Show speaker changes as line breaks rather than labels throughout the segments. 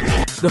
The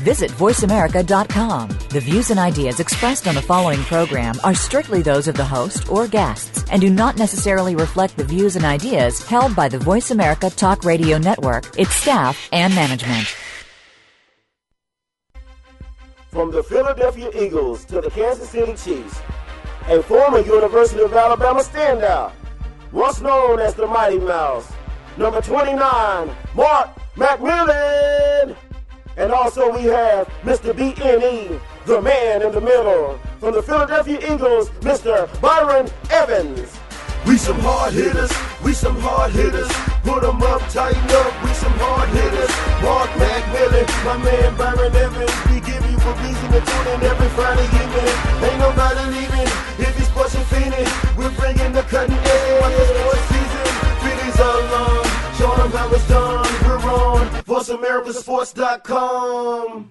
Visit voiceamerica.com. The views and ideas expressed on the following program are strictly those of the host or guests and do not necessarily reflect the views and ideas held by the Voice America Talk Radio Network, its staff, and management.
From the Philadelphia Eagles to the Kansas City Chiefs, a former University of Alabama standout, once known as the Mighty Mouse, number 29, Mark McMillan. And also we have Mr. BNE, E, the man in the middle. From the Philadelphia Eagles, Mr. Byron Evans.
We some hard hitters, we some hard hitters. Put 'em up, tighten up, we some hard hitters. Mark McMillan, my man Byron Evans. We give you a reason to tune in every Friday evening. Ain't nobody leaving if it's pushing finish. We're bringing the cutting edge of the sports season. Feelings all along, showing 'em how it's done. We're on VoiceAmericaSports.com.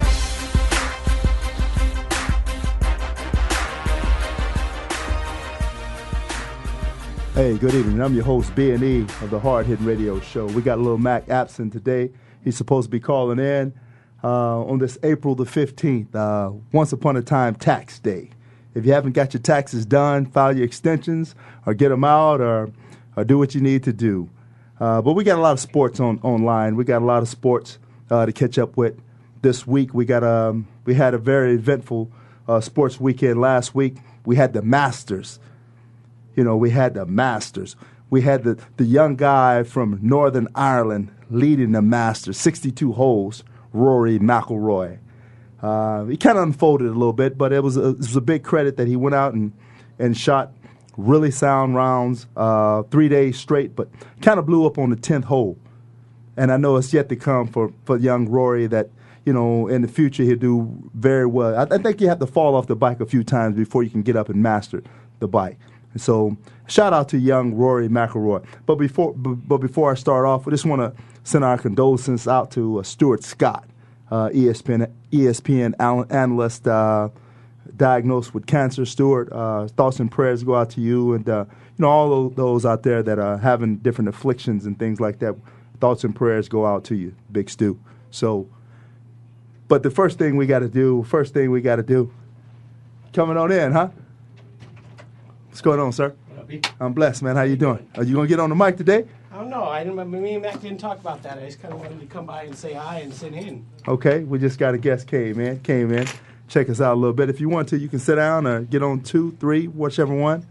Hey, good evening. I'm your host, B&E of the Hard Hitting Radio Show. We got little Mac absent today. He's supposed to be calling in uh, on this April the 15th, uh, Once Upon a Time Tax Day. If you haven't got your taxes done, file your extensions or get them out or, or do what you need to do. Uh, but we got a lot of sports on online. We got a lot of sports uh, to catch up with this week. We got um, we had a very eventful uh, sports weekend last week. We had the Masters. You know, we had the Masters. We had the, the young guy from Northern Ireland leading the Masters, 62 holes, Rory McIlroy. Uh, he kind of unfolded a little bit, but it was a, it was a big credit that he went out and, and shot really sound rounds uh, three days straight, but kind of blew up on the 10th hole. And I know it's yet to come for, for young Rory that, you know, in the future he'll do very well. I, I think you have to fall off the bike a few times before you can get up and master the bike. And so shout out to young Rory McIlroy. But before, b- but before I start off, I just want to send our condolences out to uh, Stuart Scott, uh, ESPN, ESPN al- analyst. Uh, diagnosed with cancer. Stuart, uh, thoughts and prayers go out to you and uh, you know all tho- those out there that are having different afflictions and things like that. Thoughts and prayers go out to you, Big Stu. So, but the first thing we got to do, first thing we got to do, coming on in, huh? What's going on, sir? I'm blessed, man. How you doing? Are you gonna get on the mic today?
I don't know. I didn't. Me and Mac didn't talk about that. I just kind of wanted to come by and say hi and sit in.
Okay, we just got a guest came in, came in. Check us out a little bit. If you want to, you can sit down or get on two, three, whichever one.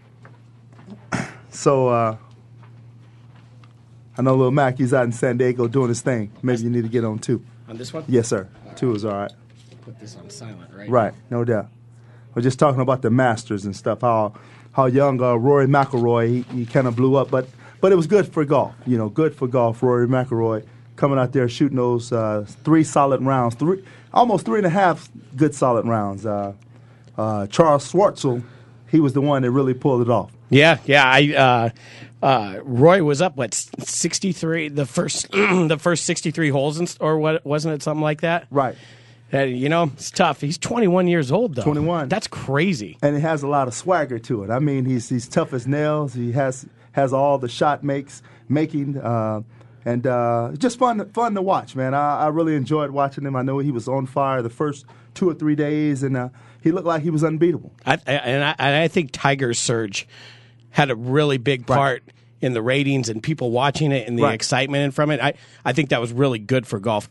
So uh, I know little Mac, he's out in San Diego doing his thing. Maybe you need to get on two.
On this one?
Yes, sir. Two is all right.
Put this on silent, right?
Right, no doubt. We're just talking about the Masters and stuff. How how young uh, Rory McIlroy he, he kind of blew up, but but it was good for golf. You know, good for golf. Rory McIlroy coming out there shooting those uh, three solid rounds, three almost three and a half good solid rounds. Uh, uh, Charles Schwartzel, he was the one that really pulled it off.
Yeah, yeah. I uh, uh, Roy was up what sixty three the first the first sixty three holes and, s- or what wasn't it something like that?
Right,
Uh, you know, it's tough. He's twenty one years old though.
21.
That's crazy.
and it has a lot of swagger to it. I mean, he's he's tough as nails. He has has all the shot makes making, uh, and uh, just fun fun to watch, man. I, I really enjoyed watching him. I know he was on fire the first two or three days, and uh, he looked like he was unbeatable.
I, I, and I and I think Tiger's surge had a really big part. In the ratings and people watching it and the
Right.
excitement and from it, I, I think that was really good for golf.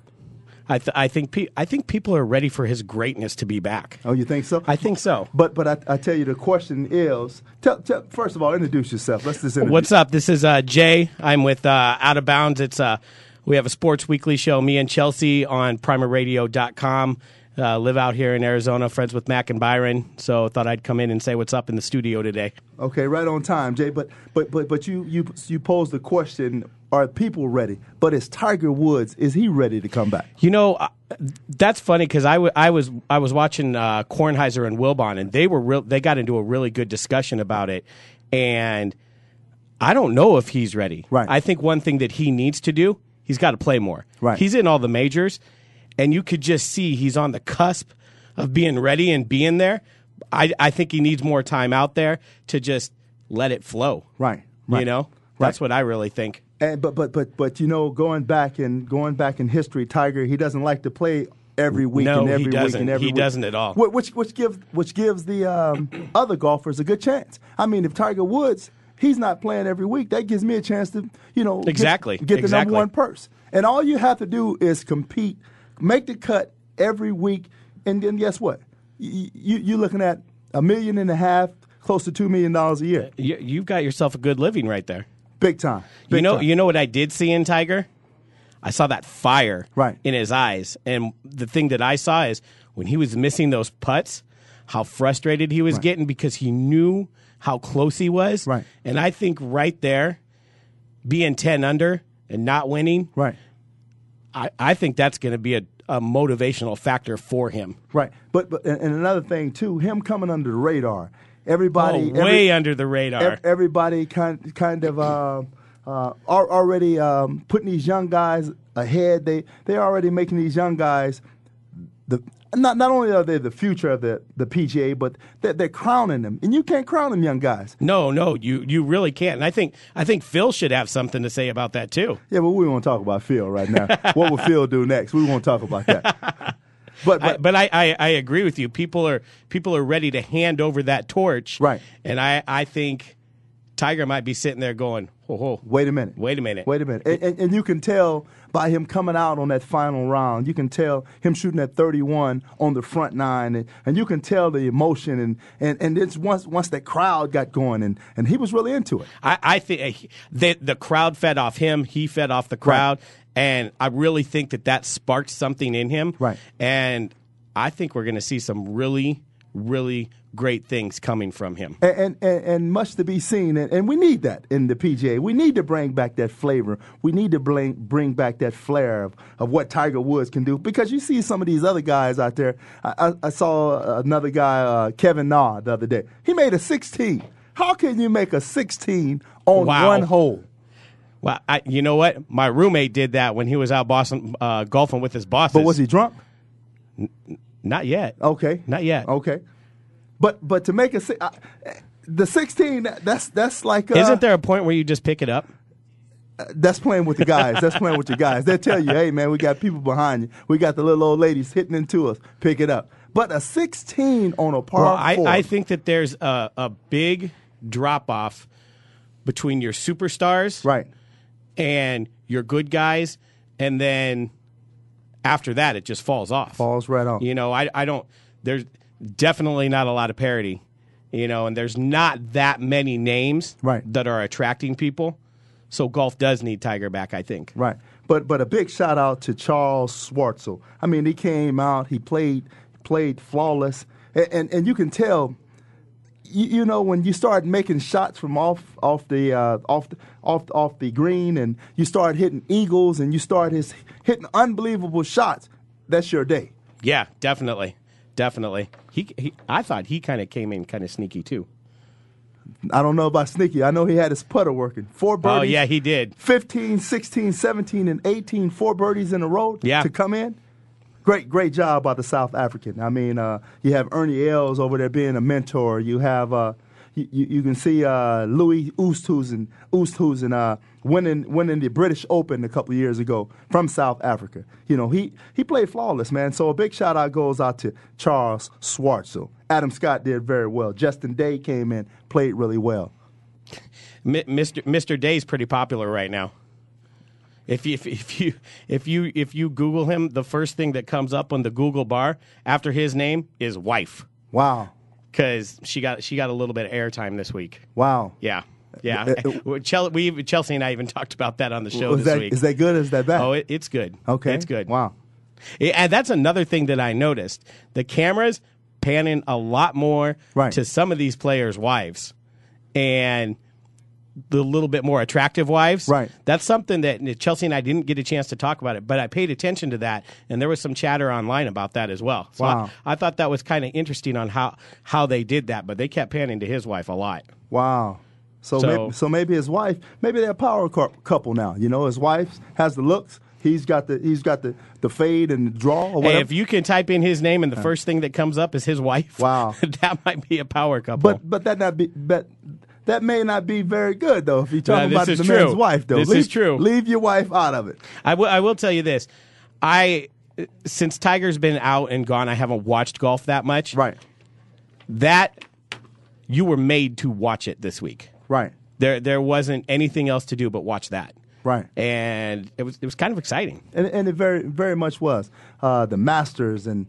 I th- I think pe- I think people are ready for his greatness to be back.
Oh, you think so?
I think so.
But but I, I tell you, the question is: tell, tell, first of all, introduce yourself. Let's just introduce.
What's up? This is uh, Jay. I'm with uh, Out of Bounds. It's uh, we have a sports weekly show. Me and Chelsea on PrimerRadio.com. Uh, live out here in Arizona. Friends with Mac and Byron. So thought I'd come in and say what's up in the studio today.
Okay, right on time, Jay. But but but but you you you posed the question: Are people ready? But is Tiger Woods is he ready to come back?
You know, uh, that's funny because I, w- I was I was watching uh, Kornheiser and Wilbon, and they were real. They got into a really good discussion about it, and I don't know if he's ready.
Right.
I think one thing that he needs to do He's got to play more.
Right.
He's in all the majors, and you could just see he's on the cusp of being ready and being there. I, I think he needs more time out there to just let it flow.
Right, right,
You know,
right.
that's what I really think.
And, but but but but you know, going back and going back in history, Tiger he doesn't like to play every week
No,
and
he
every week
doesn't.
and every
He
week.
doesn't at all.
Wh- Which which gives which gives the um, other golfers a good chance. I mean, if Tiger Woods he's not playing every week, that gives me a chance to you know get-
Exactly,
get, the
exactly.
number one purse. And all you have to do is compete, make the cut every week, and then guess what? You, you you're looking at a million and a half, close to two million dollars a year,
You, you've got yourself a good living right there.
big time.
you
Big
know,
time.
you know what I did see in Tiger? I saw that fire
Right.
in his eyes, and the thing that I saw is when he was missing those putts, how frustrated he was getting because he knew how close he was.
Right.
And I think right there, being ten under and not winning,
right.
I, I think that's going to be a, a motivational factor for him.
Right. But, but and and another thing too, him coming under the radar. Everybody
Oh, way
every-
under the radar.
ev- everybody kind kind of um, uh, are already um, putting these young guys ahead. They they're already making these young guys the not not only are they the future of the, the PGA, but they're, they're crowning them. And you can't crown them young guys.
no, no, you you really can't. And I think I think Phil should have something to say about that too.
Yeah, but we won't talk about Phil right now. what will Phil do next? We won't talk about that. But,
I,
but
but I, I, I agree with you. People are people are ready to hand over that torch,
Right.
And I, I think Tiger might be sitting there going, "Ho ho,
Wait a minute.
Wait a minute.
Wait a minute. And, and, and you can tell by him coming out on that final round. You can tell him shooting at 31 on the front nine, and, and you can tell the emotion. And, and, and it's once once that crowd got going, and, and he was really into it.
I, I think the the crowd fed off him. He fed off the crowd, and I really think that that sparked something in him.
Right.
And I think we're going to see some really really great things coming from him.
And, and, and, and much to be seen, and, and we need that in the PGA. We need to bring back that flavor. We need to bring, bring back that flair of, of what Tiger Woods can do because you see some of these other guys out there. I, I, I saw another guy, uh, Kevin Na, the other day. He made a 16. How can you make a 16 on
Wow.
one hole?
Well, I, you know what? My roommate did that when he was out Boston uh, golfing with his bosses.
But was he drunk?
Not yet.
Okay.
Not yet.
Okay. But but to make a si- I, the 16 that's that's like uh,
Isn't there a point where you just pick it up?
That's playing with the guys. That's playing with your guys. They'll tell you, hey, man, we got people behind you. We got the little old ladies hitting into us. Pick it up. But a 16 on a par
Well, I,
four.
I think that there's a, a big drop off between your superstars
Right.
and your good guys, and then after that, it just falls off.
Falls right off.
You know, I, I don't, there's definitely not a lot of parity, you know, and there's not that many names
Right.
that are attracting people. So golf does need Tiger back, I think.
Right. But but a big shout out to Charles Schwartzel. I mean, he came out, he played played flawless, and and, and you can tell. You, you know when you start making shots from off off the uh, off the, off off the green, and you start hitting eagles, and you start his, hitting unbelievable shots. That's your day.
Yeah, definitely. Definitely. He, he I thought he kind of came in kind of sneaky too.
I don't know about Sneaky. I know he had his putter working. Four birdies.
Oh, yeah, he did.
15, 16, 17, and 18, four birdies in a row
Yeah.
to come in. Great, great job by the South African. I mean, uh, you have Ernie Els over there being a mentor. You have, uh, you, you, you can see uh, Louis Oosthuizen, Oosthuizen uh, winning, winning the British Open a couple of years ago from South Africa. You know, he, he played flawless, man. So a big shout out goes out to Charles Schwartzel. Adam Scott did very well. Justin Day came in, played really well.
Mi- Mr. Mr. Day's pretty popular right now. If you, if, if you if you if you Google him, the first thing that comes up on the Google bar after his name is wife,
Wow.
because she got she got a little bit of airtime this week.
Wow.
Yeah, yeah.
Uh, uh,
Well, Chel- we even- Chelsea and I even talked about that on the show
Is
this
Oh, that,
week.
is that good or is that bad?
oh, it, it's good.
okay.
it's good.
Wow.
Yeah, and that's another thing that I noticed: the cameras panning a lot more
Right.
to some of these players' wives, and the little bit more attractive wives.
Right.
That's something that Chelsea and I didn't get a chance to talk about it, but I paid attention to that, and there was some chatter online about that as well. So
Wow.
I, I thought that was kind of interesting on how how they did that, but they kept panning to his wife a lot.
Wow. So,
So-
maybe, so maybe his wife, maybe they're a power cou- couple now. You know, his wife has the looks, He's got the he's got the, the fade and the draw or whatever.
Hey, if you can type in his name and the first thing that comes up is his wife,
Wow.
that might be a power couple.
but but that not be but that may not be very good though if you're talking
this
about
is
the
true.
man's wife though.
This
leave,
is true.
Leave your wife out of it.
I will. I will tell you this. I since Tiger's been out and gone, I haven't watched golf that much.
Right.
That you were made to watch it this week.
Right.
There, there wasn't anything else to do but watch that.
Right.
And it was, it was kind of exciting.
and, and it very very much was uh, the Masters and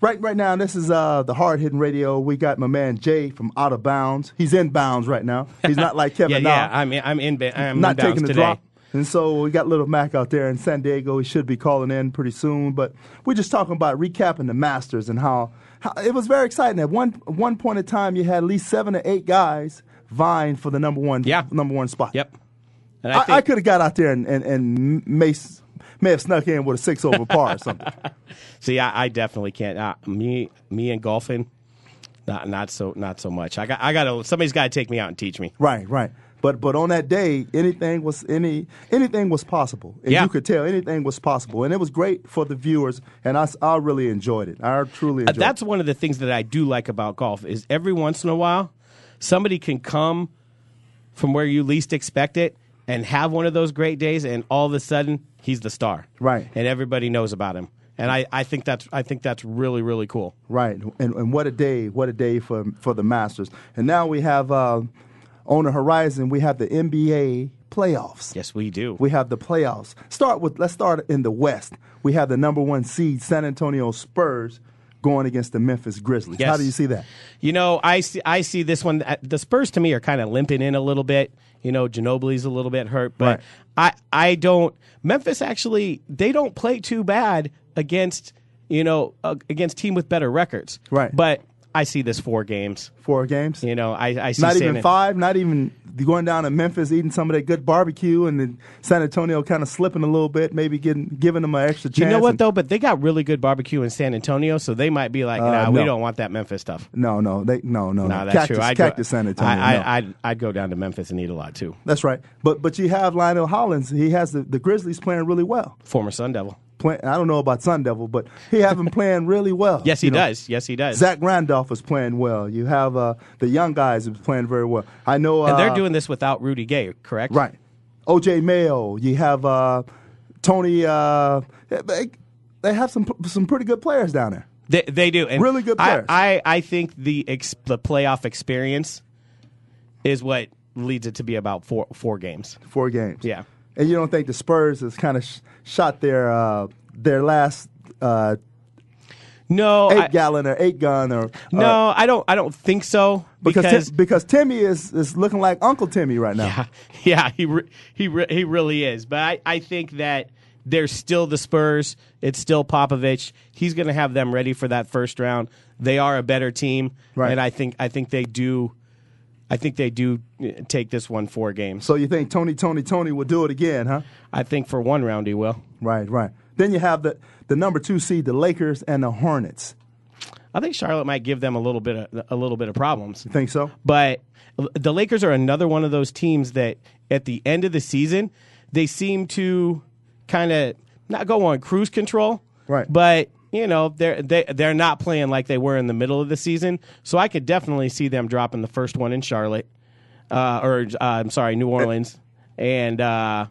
right right now this is uh, the hard hitting radio. We got my man Jay from Out of Bounds. He's in bounds right now. He's not like
yeah,
Kevin.
yeah.
Nah.
I'm, in- I'm in. ba- I'm
not
in bounds
taking the
today.
drop. And so we got little Mac out there in San Diego. He should be calling in pretty soon. But we're just talking about recapping the Masters and how, how it was very exciting. At one one point in time, you had at least seven or eight guys vying for the number one
Yeah.
number one spot.
Yep. And
I,
I,
I,
think,
could have got out there and and, and may, s- may have snuck in with a six over par or something.
see, I, I definitely can't. Uh, me, me and golfing, not, not so, not so much. I got, I got to. Somebody's got to take me out and teach me.
Right, right. But but on that day, anything was any anything was possible, and
Yeah.
you could tell anything was possible, and it was great for the viewers, and I, s- I really enjoyed it. I truly
Uh,
enjoyed.
that's
it.
one of the things that I do like about golf is every once in a while somebody can come from where you least expect it and have one of those great days and all of a sudden he's the star.
Right.
And everybody knows about him. And I, I think that's I think that's really, really cool.
right, and and what a day, what a day for for the Masters, and now we have uh, on the horizon we have the NBA playoffs.
Yes, we do.
We have the playoffs. Start with let's start in the West. We have the number one seed San Antonio Spurs going against the Memphis Grizzlies.
Yes.
How do you see that?
You know, I see, I see this one. uh, The Spurs to me are kind of limping in a little bit. You know, Ginobili's a little bit hurt, but I, I don't. Memphis actually, they don't play too bad against you know uh, against team with better records.
Right.
But I see this four games.
Four games.
You know, I, I see
not
San
even
An-
five, not even going down to Memphis eating some of that good barbecue, and then San Antonio kind of slipping a little bit, maybe getting giving them an extra
You
chance.
know what
and-
though? But they got really good barbecue in San Antonio, so they might be like, nah, we
Uh, no.
don't want that Memphis stuff.
No, no, they no, no, no.
Nah, that's
Cactus,
true.
Cactus San Antonio.
I,
no.
I, I'd, I'd go down to Memphis and eat a lot too.
that's right. But but you have Lionel Hollins. He has the, the Grizzlies playing really well.
Former Sun Devil.
Play, I don't know about Sun Devil, but he have him playing really well.
Yes, he
you know.
does. Yes, he does.
Zach Randolph is playing well. You have uh, the young guys who's playing very well. I know.
and they're
uh,
doing this without Rudy Gay, correct?
Right. OJ Mayo. You have uh, Tony. Uh, they, they have some some pretty good players down there.
They, they do. And
Really good
I-
players.
I, I, think the ex, the playoff experience is what leads it to be about four four games.
Four games.
Yeah.
And you don't think the Spurs has kind of sh- shot their uh, their last uh,
No,
eight
Oh, I,
gallon or eight gun or uh,
no, I don't. I don't think so
because
because.
Tim- because Timmy is is looking like Uncle Timmy right now.
yeah, yeah, he re, he re, he really is. But I, I think that they're still the Spurs. It's still Popovich. He's going to have them ready for that first round. They are a better team,
Right.
and I think I think they do. I think they do eh, take this one four games.
So you think Tony Tony Tony will do it again, huh?
I think for one round he will.
Right, right. Then you have the the number two seed, the Lakers and the Hornets.
I think Charlotte might give them a little bit of a little bit of problems.
Think so?
But the Lakers are another one of those teams that at the end of the season they seem to kind of not go on cruise control,
Right.
But you know they're they, they're not playing like they were in the middle of the season. So I could definitely see them dropping the first one in Charlotte, uh, or uh, I'm sorry, New Orleans, and uh,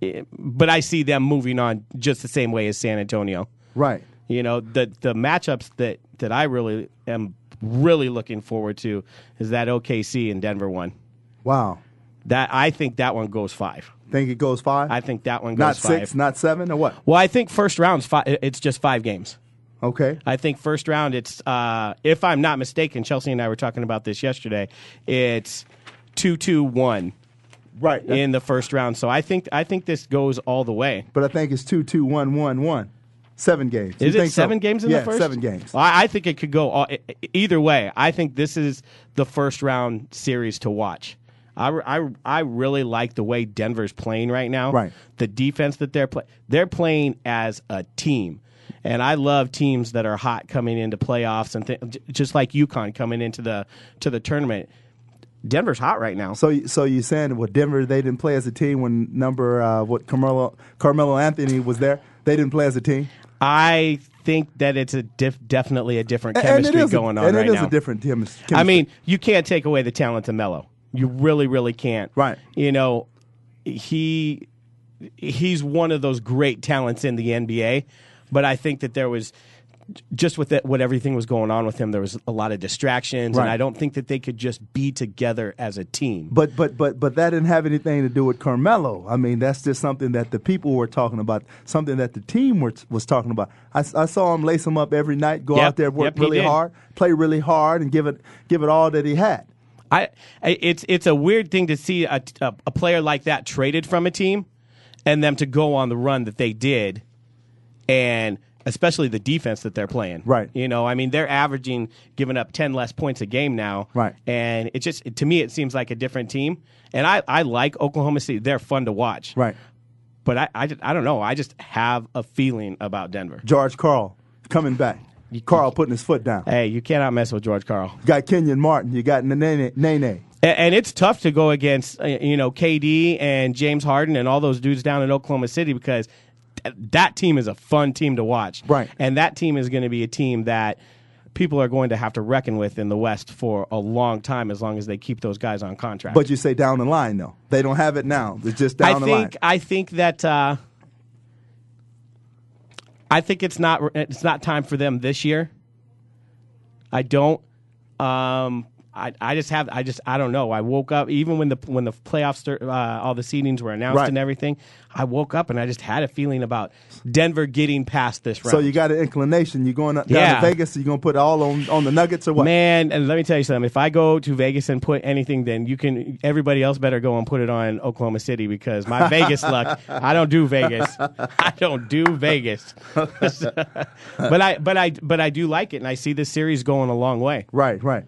it- but I see them moving on just the same way as San Antonio.
Right.
You know, the the matchups that that I really am really looking forward to is that OKC and Denver one.
Wow.
That I think that one goes five.
Think it goes five?
I think that one goes
not
five.
six, not seven, or what?
well, I think first round's five. It's just five games.
Okay.
I think first round. It's uh, if I'm not mistaken, Chelsea and I were talking about this yesterday. It's two two one
Right.
in the first round. So I think I think this goes all the way.
but I think it's two, two, one, one, one. Seven games.
Is
You
it
think so?
seven games in
yeah,
the first?
Seven games.
I, I think it could go all, e- e- either way. I think this is the first round series to watch. I, re- I, I really like the way Denver's playing right now.
Right.
The defense that they're playing, they're playing as a team. And I love teams that are hot coming into playoffs and th- just like UConn coming into the to the tournament. Denver's hot right now.
So, you- so you saying what Denver? They didn't play as a team when number uh, what Carmelo Carmelo Anthony was there. They didn't play as a team.
I think that it's a diff- definitely a different
A-
chemistry
and it is
going
a,
on
and
right
it is
now.
a different team. chemistry.
I mean, you can't take away the talent of Melo. You really, really can't.
Right.
You know, he he's one of those great talents in the NBA, but I think that there was just with it, what everything was going on with him, there was a lot of distractions,
Right.
and I don't think that they could just be together as a team.
But but but but that didn't have anything to do with Carmelo. I mean, that's just something that the people were talking about, something that the team were, was talking about. I, s- I saw him lace him up every night, go
Yep,
out there, work
yep, he
really
did.
hard, play really hard, and give it give it all that he had.
I, I it's it's a weird thing to see a, a, a player like that traded from a team, and them to go on the run that they did, and especially the defense that they're playing.
Right.
You know, I mean, they're averaging giving up ten less points a game now.
Right.
And it just to me it seems like a different team, and I I like Oklahoma City. They're fun to watch.
Right,
But I I, just- I don't know. I just have a feeling about Denver.
George Carl coming back. Carl putting his foot down.
Hey, you cannot mess with George Carl.
You got Kenyon Martin. You got Nene. Nene.
A- And, it's tough to go against, uh, you know, KD and James Harden and all those dudes down in Oklahoma City because th- that team is a fun team to watch.
Right.
And that team is going to be a team that people are going to have to reckon with in the West for a long time as long as they keep those guys on contract.
But you say down the line though. They don't have it now. It's just down
I
the
think
line.
I think that uh, I think it's not it's not time for them this year. I don't. Um, I I just have I just I don't know. I woke up even when the when the playoffs start, uh, all the seedings were announced
Right.
and everything. I woke up and I just had a feeling about Denver getting past this round.
So you got an inclination. You going up down
Yeah.
to Vegas? You gonna put it all on on the Nuggets or what?
Man, and let me tell you something. If I go to Vegas and put anything, then you can. Everybody else better go and put it on Oklahoma City because my Vegas luck. I don't do Vegas. I don't do Vegas. but I, but I, but I do like it, and I see this series going a long way.
Right, right.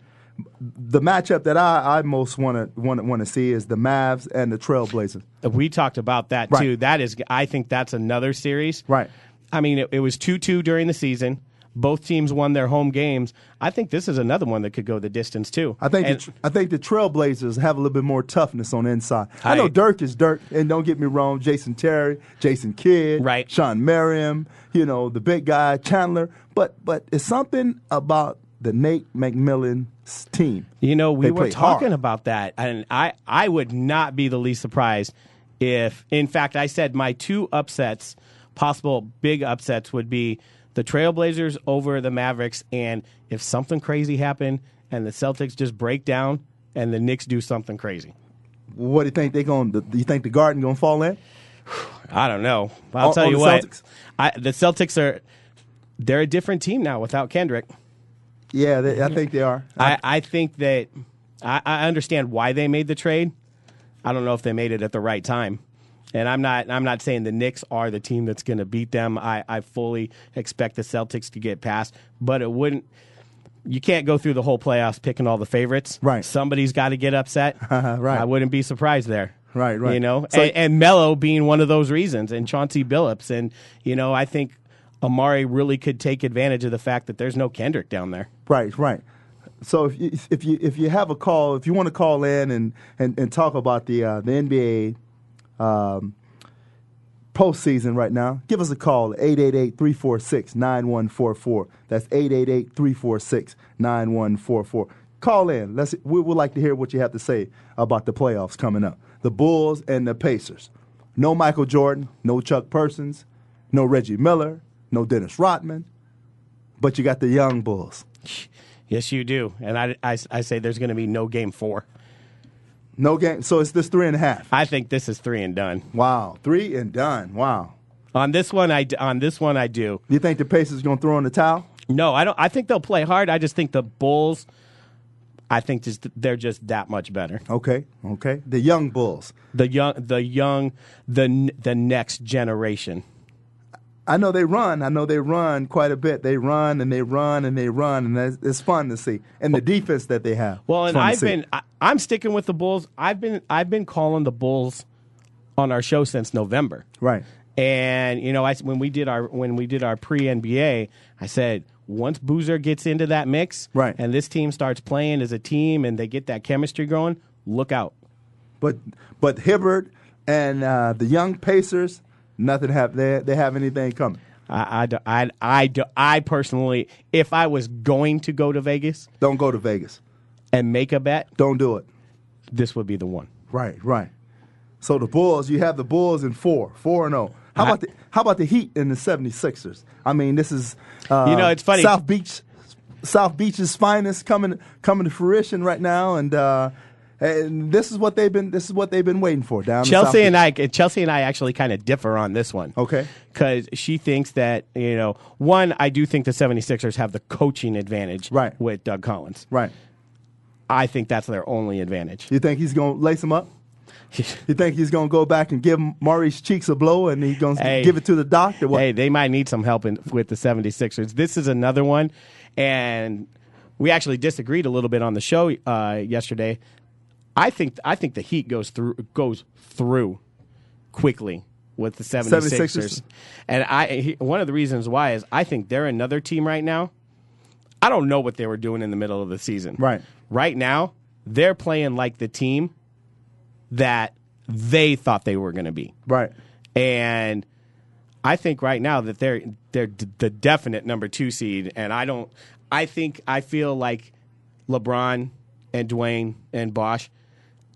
The matchup that I, I most want to want want to see is the Mavs and the Trailblazers.
We talked about that
Right.
too. That is, I think that's another series.
Right.
I mean, it, it was two two during the season. Both teams won their home games. I think this is another one that could go the distance too.
I think
And-
the, tr- I think the Trailblazers have a little bit more toughness on the inside. I,
I-
know Dirk is Dirk, and don't get me wrong, Jason Terry, Jason Kidd,
Right.
Sean Merriam, you know the big guy Chandler, but but it's something about the Nate McMillan's team.
You know, we
They
were
play
talking
hard.
about that, and I, I would not be the least surprised if, in fact, I said my two upsets, possible big upsets, would be the Trailblazers over the Mavericks, and if something crazy happened and the Celtics just break down and the Knicks do something crazy.
What do you think they going? Do you think the Garden going to fall in?
I don't know. But I'll
On-
tell
on
you
the
what,
Celtics?
I, the Celtics are they're a different team now without Kendrick.
Yeah, they, I think they are.
I, I think that I, I understand why they made the trade. I don't know if they made it at the right time. And I'm not I'm not saying the Knicks are the team that's gonna beat them. I, I fully expect the Celtics to get past, but it wouldn't you can't go through the whole playoffs picking all the favorites.
Right.
Somebody's got to get upset.
Right.
I wouldn't be surprised there.
Right, right.
You know,
So-
and, and Mello being one of those reasons, and Chauncey Billups, and you know, I think Amari really could take advantage of the fact that there's no Kendrick down there.
Right, right. So if you, if you if you have a call, if you want to call in and and, and talk about the uh, the NBA um, postseason right now, give us a call at 888-346-9144. That's 888-346-9144. Call in. Let's we would like to hear what you have to say about the playoffs coming up. The Bulls and the Pacers. No Michael Jordan, no Chuck Persons, no Reggie Miller, no Dennis Rodman, but you got the young Bulls.
Yes, you do. And I, I, I say there's going to be no game four.
No game. So it's this three and a half.
I think this is three and done.
Wow. Three and done. Wow.
On this one, I d- on this one I do.
You think the Pacers going to throw in the towel?
No, I don't. I think they'll play hard. I just think the Bulls. I think just they're just that much better.
Okay. Okay. The young Bulls.
The young, the young, the n- the next generation.
I know they run. I know they run quite a bit. They run and they run and they run, and that's, it's fun to see. And the defense that they have.
Well,
it's
and
fun to
I've
see.
been I, I'm sticking with the Bulls. I've been I've been calling the Bulls on our show since November.
right.
And you know, I when we did our when we did our pre NBA, I said once Boozer gets into that mix,
Right.
and this team starts playing as a team and they get that chemistry going, look out.
But but Hibbert and uh, the young Pacers, nothing have they they have anything coming.
I, I, do- I, I, do- I personally, if I was going to go to Vegas
Don't go to Vegas.
and make a bet,
Don't do it.
this would be the one.
Right, right. So the Bulls, you have the Bulls in four, four and zero. How about the how about the Heat and the 76ers? I mean, this is uh,
You know, it's funny.
South Beach, South Beach's finest coming coming to fruition right now, and uh, and this is what they've been this is what they've been waiting for down in South
Chelsea and
Beach.
I, Chelsea and I actually kind of differ on this one.
Okay.
Because she thinks that, you know, one, I do think the 76ers have the coaching advantage
Right.
with Doug Collins.
Right.
I think that's their only advantage.
You think he's gonna lace him up? You think he's gonna go back and give Maurice Cheeks a blow, and he's gonna
Hey.
give it to the doctor? What?
Hey, they might need some help in, with the 76ers. This is another one. And we actually disagreed a little bit on the show uh, yesterday. I think I think the Heat goes through goes through quickly with the 76ers.
76ers.
And I he, one of the reasons why is I think they're another team right now. I don't know what they were doing in the middle of the season.
Right.
Right now, they're playing like the team that they thought they were going to be
Right.
and I think right now that they're they're d- the definite number two seed, and I don't. I think I feel like LeBron and Dwayne and Bosch,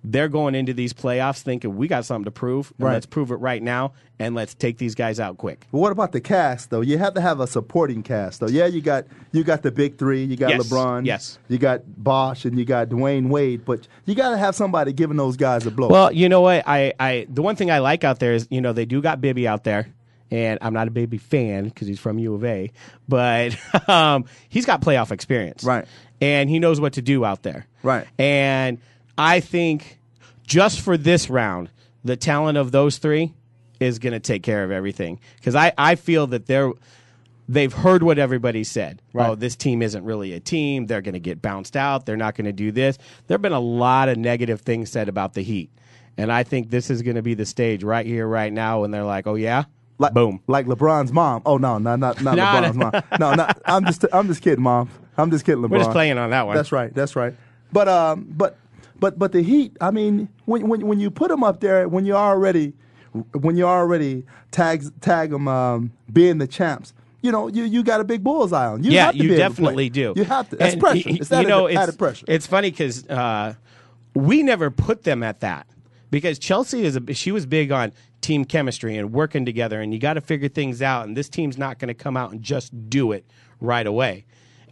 they're going into these playoffs thinking we got something to prove. and
Right.
Let's prove it right now, and let's take these guys out quick.
But what about the cast though? You have to have a supporting cast though. Yeah, you got you got the big three. You got
Yes,
LeBron.
yes.
You got Bosch and you got Dwayne Wade. But you got to have somebody giving those guys a blow.
Well, you know what? I, I the one thing I like out there is you know they do got Bibby out there, and I'm not a Bibby fan because he's from U of A, but um, he's got playoff experience,
Right.
And he knows what to do out there,
Right.
And I think just for this round, the talent of those three is going to take care of everything because I, I feel that they're they've heard what everybody said.
Right.
Oh, this team isn't really a team. They're going to get bounced out. They're not going to do this. There have been a lot of negative things said about the Heat. And I think this is going to be the stage right here, right now, when they're like, oh, yeah?
like,
Boom.
Like LeBron's mom. Oh no, no, not not
Nah,
LeBron's
nah.
mom. No, not, I'm just I'm just kidding, mom. I'm just kidding, LeBron.
just playing on that one.
That's right. That's right. But um, but but but the Heat. I mean, when when when you put them up there, when you're already when you're already tags tag them um, being the champs. You know, you, you got a big bullseye on you.
yeah,
have to
you
be able to
definitely
play.
do.
You have to. That's
And
pressure.
y- y-
It's added,
you know,
added
it's,
pressure.
It's funny because uh, we never put them at that because Chelsea is a, she was big on team chemistry and working together, and you got to figure things out. And this team's not going to come out and just do it right away.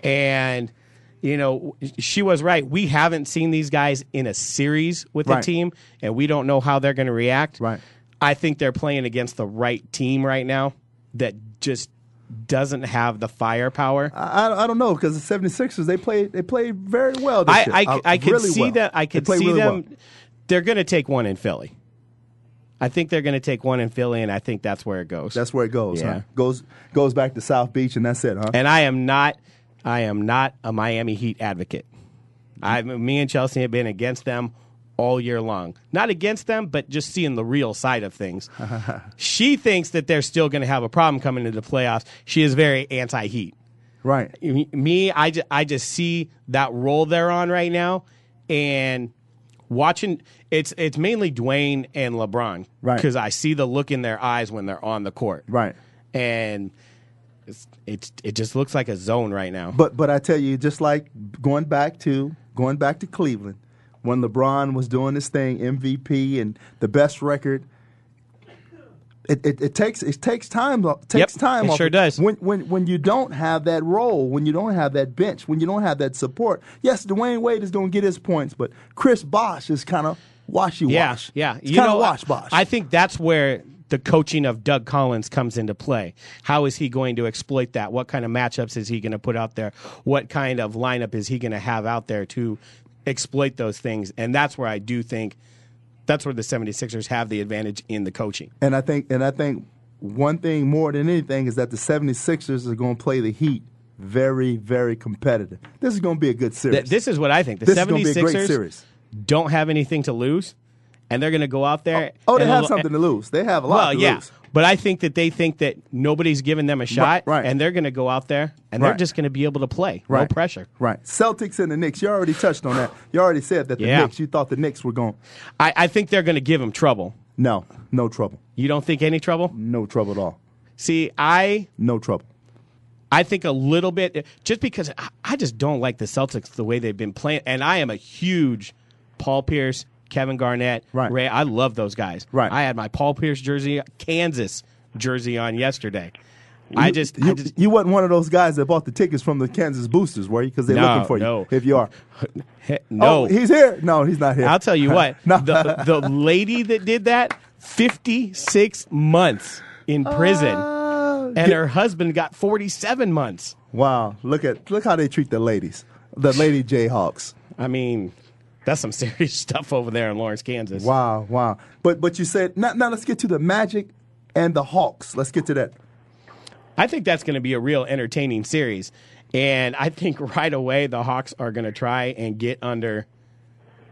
And you know, she was right. We haven't seen these guys in a series with
Right.
a team, and we don't know how they're going to react.
Right.
I think they're playing against the right team right now that just doesn't have the firepower.
I, I- I don't know because the 76ers they played they played very well. This
I,
year. Uh,
I, I, could
really
see
well.
that. I
They
could
played
see
really well.
them. They're going to take one in Philly. I think they're going to take one in Philly, and I think that's where it goes.
That's where it goes.
Yeah.
Huh? Goes goes back to South Beach and that's it, huh?
and I am not. I am not a Miami Heat advocate. I, me and Chelsea have been against them all year long. Not against them, but just seeing the real side of things. she thinks that they're still going to have a problem coming into the playoffs. She is very anti-Heat.
right.
me I, ju- I just see that role they're on right now and watching it's it's mainly Dwayne and LeBron
Right.
cuz I see the look in their eyes when they're on the court
Right.
and it's, it's it just looks like a zone right now
But but I tell you, just like going back to going back to Cleveland, when LeBron was doing this thing, MVP and the best record. It, it, it takes it takes time off- takes
Yep,
time
it
off-
sure does.
when when when you don't have that role when you don't have that bench when you don't have that support yes Dwayne Wade is going to get his points but Chris Bosh is kind of washy
yeah
wash
yeah
it's kind of wash Bosh
I think that's where the coaching of Doug Collins comes into play. How is he going to exploit that? What kind of matchups is he going to put out there? What kind of lineup is he going to have out there to exploit those things? And that's where I do think that's where the 76ers have the advantage in the coaching.
And I think and I think one thing more than anything is that the 76ers are going to play the Heat very very competitive. This is going to be a good series.
Th- This is what I think. The
This is gonna be a
76ers
great series.
don't have anything to lose, and they're going to go out there.
oh, they
and
have
they'll-
something to lose. They have a lot
Well,
to
yeah.
lose.
But I think that they think that nobody's giving them a shot,
right.
and they're going to go out there and they're
Right.
just going to be able to play. No pressure.
Right. Celtics and the Knicks. You already touched on that. You already said that the
Yeah.
Knicks, you thought the Knicks were going.
I, I think they're going to give them trouble.
No, no trouble.
You don't think any trouble?
No trouble at all.
See, I
No trouble.
I think a little bit just because I- I just don't like the Celtics the way they've been playing, and I am a huge Paul Pierce, Kevin Garnett,
Right.
Ray. I love those guys.
Right.
I had my Paul Pierce jersey, Kansas jersey on yesterday. I just,
you,
I just
you wasn't one of those guys that bought the tickets from the Kansas boosters, were you? Because they're
No,
looking for you.
no.
If you are,
heh, no.
Oh, he's here. No, he's not here.
I'll tell you what.
No.
The the lady that did that, fifty six months in prison,
Oh.
and her husband got forty seven months.
Wow, look at look how they treat the ladies, the lady Jayhawks.
I mean, that's some serious stuff over there in Lawrence, Kansas.
Wow, wow. But but you said now, now let's get to the Magic and the Hawks. Let's get to that.
I think that's going to be a real entertaining series. And I think right away the Hawks are going to try and get under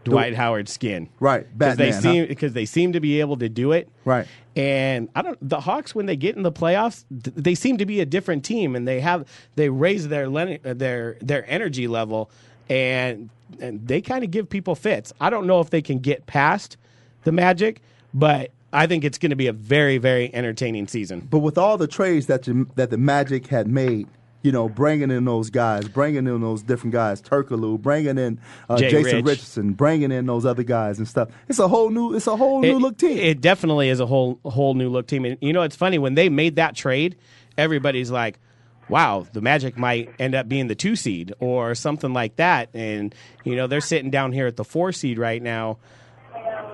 Dwight Howard's skin.
Right,
Because they
Batman,
seem
huh?
because they seem to be able to do it.
Right.
And I don't the Hawks when they get in the playoffs, th- they seem to be a different team and they have they raise their len- their their energy level and and they kind of give people fits. I don't know if they can get past the Magic, but I think it's going to be a very very entertaining season.
But with all the trades that you, that the Magic had made, you know, bringing in those guys, bringing in those different guys, Turkaloo, bringing in uh,
Jay
Jason
Rich.
Richardson, bringing in those other guys and stuff. It's a whole new it's a whole new
it,
look team.
It definitely is a whole whole new look team. And you know, it's funny when they made that trade, everybody's like, "Wow, the Magic might end up being the two seed or something like that." And you know, they're sitting down here at the four seed right now.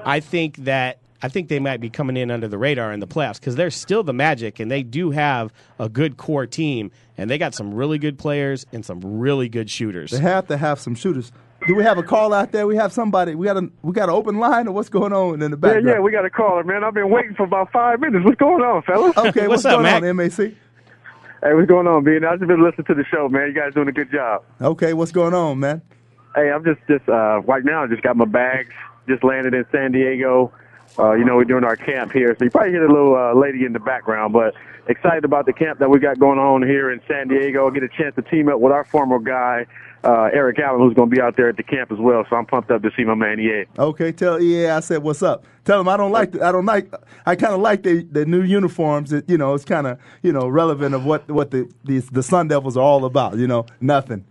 I think that I think they might be coming in under the radar in the playoffs because they're still the Magic and they do have a good core team and they got some really good players and some really good shooters.
They have to have some shooters. Do we have a call out there? We have somebody. We got a we got an open line or what's going on in the
Yeah,
background?
yeah, we got a caller, man. I've been waiting for about five minutes. What's going on, fellas?
okay, what's,
What's up,
going
Mac?
on, MAC?
Hey, what's going on, man? I've just been listening to the show, man. You guys doing a good job.
Okay, what's going on, man?
Hey, I'm just just uh, right now. I just got my bags. Just landed in San Diego. Uh, you know, we're doing our camp here, so you probably hear a little uh, lady in the background. But excited about the camp that we got going on here in San Diego. I'll get a chance to team up with our former guy uh, Eric Allen, who's going to be out there at the camp as well. So I'm pumped up to see my man. Yeah.
Okay, tell yeah, I said what's up. Tell him I don't like the, I don't like I kind of like the the new uniforms. It, you know, it's kind of you know relevant of what what the, the the Sun Devils are all about. You know, nothing.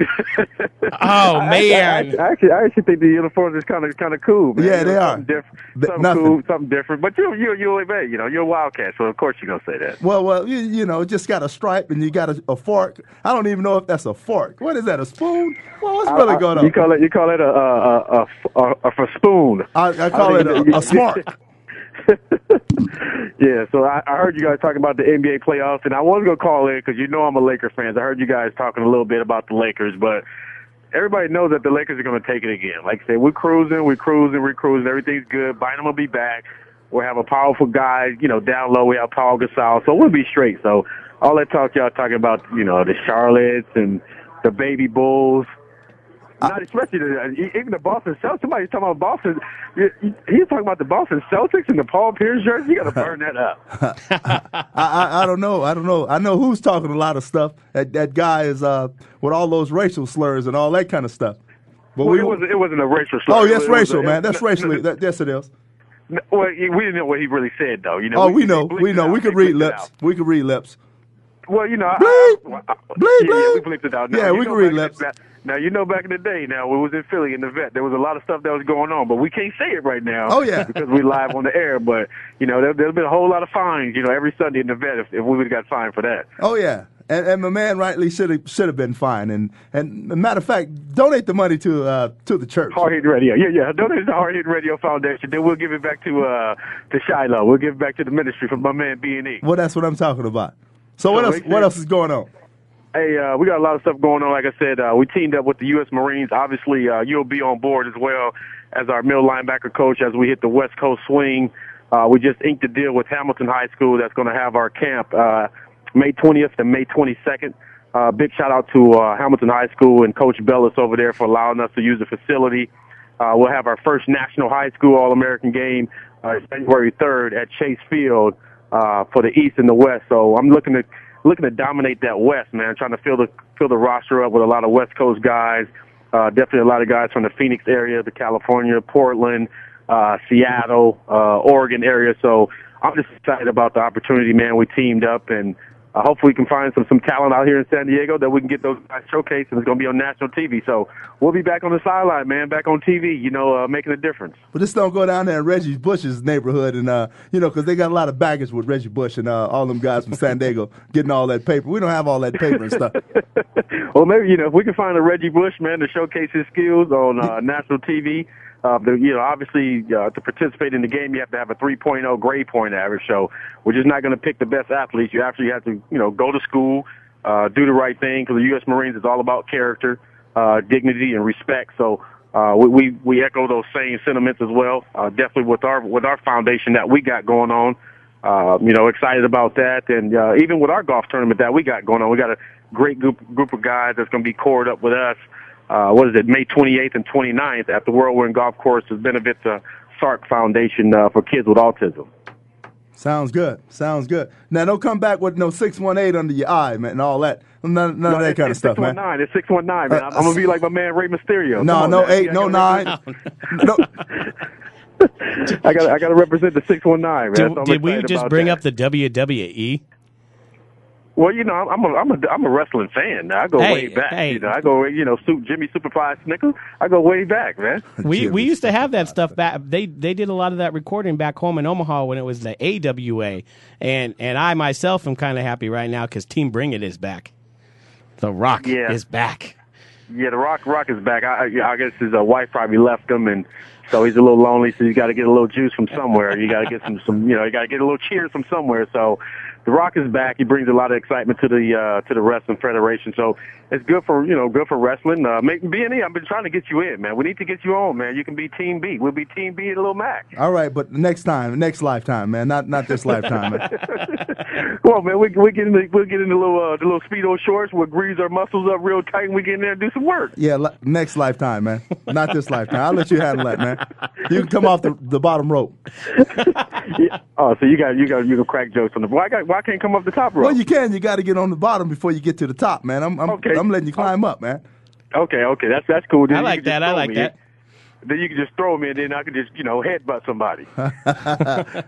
Oh
I, I, I actually, I actually think the uniforms is kind of kind of cool, man.
Yeah,
You know,
they are.
Something, diff-
Th-
something
nothing.
cool, something different. But you, you, you, hey, you know, you're a Wildcat, so of course you're gonna say that.
Well, well, you, you know, just got a stripe and you got a, a fork. I don't even know if that's a fork. What is that? A spoon? Well, what's really
I-
going
I-
on?
You call it, you call it a a a, a, a, a, a spoon.
I, I call
I
it
think
a, a smart.
Yeah, so I, I heard you guys talking about the NBA playoffs, and I was gonna call in because you know I'm a Laker fan. I heard you guys talking a little bit about the Lakers, but everybody knows that the Lakers are gonna take it again. Like I said, we're cruising, we're cruising, we're cruising. Everything's good. Bynum will be back. We'll have a powerful guy, you know, down low. We have Paul Gasol, so we'll be straight. So all that talk y'all talking about, you know, the Charlottes and the baby Bulls. Not especially the, even the Boston Celtics. Somebody's talking about Boston. He's talking about the Boston Celtics and the Paul Pierce jersey. You got to burn that up.
I, I, I don't know. I don't know. I know who's talking a lot of stuff. That that guy is uh, with all those racial slurs and all that kind of stuff. But
Well, it wasn't. It wasn't a racial slur.
Oh,
It
yes,
was- it was
racial,
a-
man. That's
no,
racially.
no,
That, yes, it is.
no, well, we didn't know what he really said, though. You know.
Oh, we know.
bleeped
We
it
know.
out.
We could
They
read
bleeped it
lips.
out.
We could read lips.
Well, you know. I-
Bleep.
I- I-
Bleep,
Yeah, yeah, we
bleep.
bleeped it out. Now,
Yeah,
you
we
know
can read
back in the-
lips.
Now, now, you know, back in the day, now we was in Philly in the vet. There was a lot of stuff that was going on, but we can't say it right now.
Oh, yeah.
because we live on the air. But you know, there, there's been a whole lot of fines. You know, every Sunday in the vet, if, if we would have got fined for that.
Oh yeah. And, and my man rightly should have should have been fine. And and matter of fact, donate the money to uh, to the church.
Hard Hit Radio. Yeah, yeah. Donate to Hard Hit Radio Foundation. Then we'll give it back to uh to Shiloh. We'll give it back to the ministry from my man B and E.
Well, that's what I'm talking about. So what
So
else?
make
What
sure-
else is going on?
Hey, uh, we got a lot of stuff going on. Like I said, uh, we teamed up with the U.S. Marines. Obviously, uh, you'll be on board as well as our middle linebacker coach as we hit the West Coast swing. Uh, we just inked a deal with Hamilton High School that's going to have our camp uh, May 20th and May 22nd. Uh, big shout out to uh, Hamilton High School and Coach Bellis over there for allowing us to use the facility. Uh, we'll have our first national high school All American game uh, January 3rd at Chase Field. uh, for the East and the West. So I'm looking to looking to dominate that West, man. Trying to fill the fill the roster up with a lot of West Coast guys. Uh, definitely a lot of guys from the Phoenix area, the California, Portland, uh, Seattle, uh, Oregon area. So I'm just excited about the opportunity, man. We teamed up and. Uh, hopefully, we can find some some talent out here in San Diego that we can get those guys showcased, and it's going to be on national TV. So we'll be back on the sideline, man, back on TV, you know, uh, making a difference.
But this don't go down there in Reggie Bush's neighborhood, and uh, you know, because they got a lot of baggage with Reggie Bush and uh, all them guys from San Diego getting all that paper. We don't have all that paper and stuff.
well, maybe you know if we can find a Reggie Bush man to showcase his skills on uh, national TV. Uh, the, you know, obviously, uh, to participate in the game, you have to have a 3.0 grade point average. So we're just not going to pick the best athletes. You actually have to, you know, go to school, uh, do the right thing because the U.S. Marines is all about character, uh, dignity, and respect. So uh, we, we we echo those same sentiments as well. Uh, definitely with our with our foundation that we got going on. Uh, you know, excited about that, and uh, even with our golf tournament that we got going on, we got a great group group of guys that's going to be cored up with us. Uh, what is it, May 28th and 29th at the Whirlwind Golf Course to benefit the Sark Foundation uh, for kids with autism.
Sounds good. Sounds good. Now don't come back with no six one eight under your eye, man, and all that. None, none of that
it's,
kind of
it's
stuff, man.
619. It's 619, man.
Uh,
I'm, I'm going to be like my man Ray Mysterio. Come
No,
on,
no
man.
eight,
Yeah,
no
I
nine, no.
gotta- I got to I got to represent the 619, man.
Did,
So I'm
did we
excited
just
about
bring
that.
up the E? WWE?
Well, you know, I'm I'm a I'm a, I'm a wrestling fan. Now. I go
Hey,
way back.
hey.
You know, I go you know, Su- Jimmy Superfly Snicker. I go way back, man.
We
Jimmy
we used to have that stuff back. They they did a lot of that recording back home in Omaha when it was the AWA, and and I myself am kind of happy right now because Team Bring It is back. The Rock
Yeah.
is back.
Yeah, the Rock Rock is back. I I, yeah, I guess his uh, wife probably left him, and so he's a little lonely. So he's got to get a little juice from somewhere. You got to get some some you know you got to get a little cheers from somewhere. So the Rock is back. He brings a lot of excitement to the uh, to the wrestling federation. So it's good for you know good for wrestling. Uh, make, BNE, I've been trying to get you in, man. We need to get you on, man. You can be Team B. We'll be Team B at Little Mac.
All right, but next time, next lifetime, man. Not not this lifetime, man.
Come on, man. We we get in the we get in the little uh, the little speedo shorts. We'll grease our muscles up real tight, and we get in there and do some work.
Yeah, li- next lifetime, man. Not this lifetime. I'll let you handle that, man. You can come off the, the bottom rope.
Yeah. Oh, so you got you got you can crack jokes on the why got, why can't come up the top rope?
Well, you can. You got to get on the bottom before you get to the top, man. I'm I'm,
Okay.
I'm letting you climb up, man.
okay, okay, that's that's cool. Then
I
you
like
can just
that. I
throw
like
me.
that.
Then you can just throw me, and then I can just you know headbutt somebody.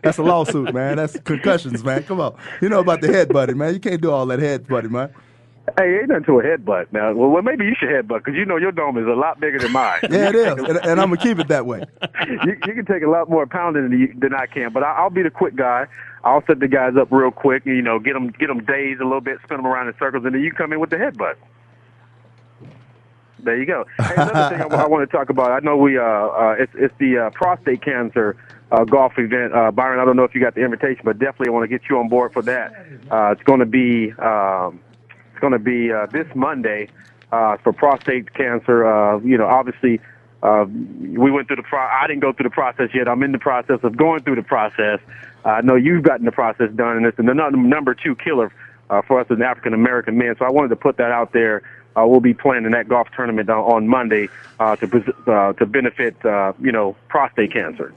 That's a lawsuit, man. That's concussions, man. Come on. You know about the head buddy, man. You can't do all that head buddy, man.
hey, ain't nothing to a headbutt now. Well, well maybe you should headbutt because you know your dome is a lot bigger than mine.
Yeah, it is. And, and I'm going to keep it that way.
you, you can take a lot more pounding than, you, than I can, but I, I'll be the quick guy. I'll set the guys up real quick, you know, get them get them dazed a little bit, spin them around in circles, and then you come in with the headbutt. There you go. Hey, another thing I, want to talk about. I know we uh, uh it's it's the uh, prostate cancer uh, golf event, uh, Byron. I don't know if you got the invitation, but definitely want to get you on board for that. Uh, it's going to be um, it's going to be uh, this Monday uh, for prostate cancer. Uh, you know, obviously. Uh, we went through the pro. I didn't go through the process yet. I'm in the process of going through the process. Uh, I know you've gotten the process done, and it's the num- number two killer uh, for us as African American men. So I wanted to put that out there. Uh, we'll be playing in that golf tournament on, on Monday uh, to pres- uh, to benefit uh, you know prostate cancer.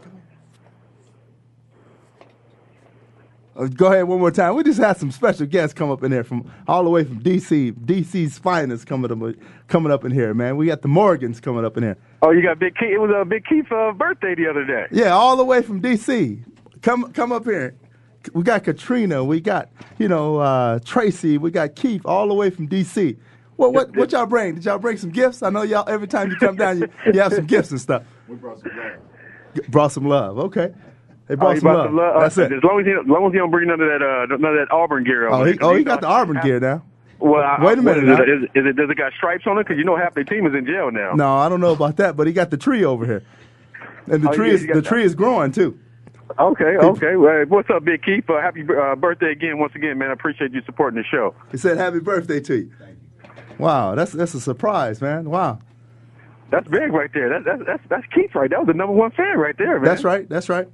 Uh, Go ahead one more time. We just had some special guests come up in there from all the way from DC. DC's finest coming up, coming up in here, man. We got the Morgans coming up in here.
Oh, you got Big Keith. It was a uh, Big Keith's uh, birthday the other day.
Yeah, all the way from DC. Come come up here. We got Katrina. We got you know uh, Tracy. We got Keith. All the way from DC. What what what y'all bring? Did y'all bring some gifts? I know y'all. Every time you come down, you, you have some gifts and stuff. We brought some love. Brought some love. Okay. They
Oh,
brought
you
some
brought
love.
some love. Uh,
That's it.
As long as he, as long as he don't bring none of that uh, none of that Auburn gear.
Oh,
over
he,
there, 'cause
oh, he
you
got the
know-
Auburn gear now.
Well, I,
Wait a
what
minute
Is
now.
it, is, is it, does it got stripes on it? Because you know half the team is in jail now.
No, I don't know about that, but he got the tree over here, and the
Oh,
tree
yeah,
is
you got
the
that.
tree is growing too.
Okay, okay. Well, hey, what's up, Big Keith? Uh, happy uh, birthday again, once again, man. I appreciate you supporting the show.
He said, "Happy birthday to you." Wow, that's that's a surprise, man. Wow.
That's big right there. That, that, that's that's Keith right. That was the number one fan right there, man.
That's right. That's right.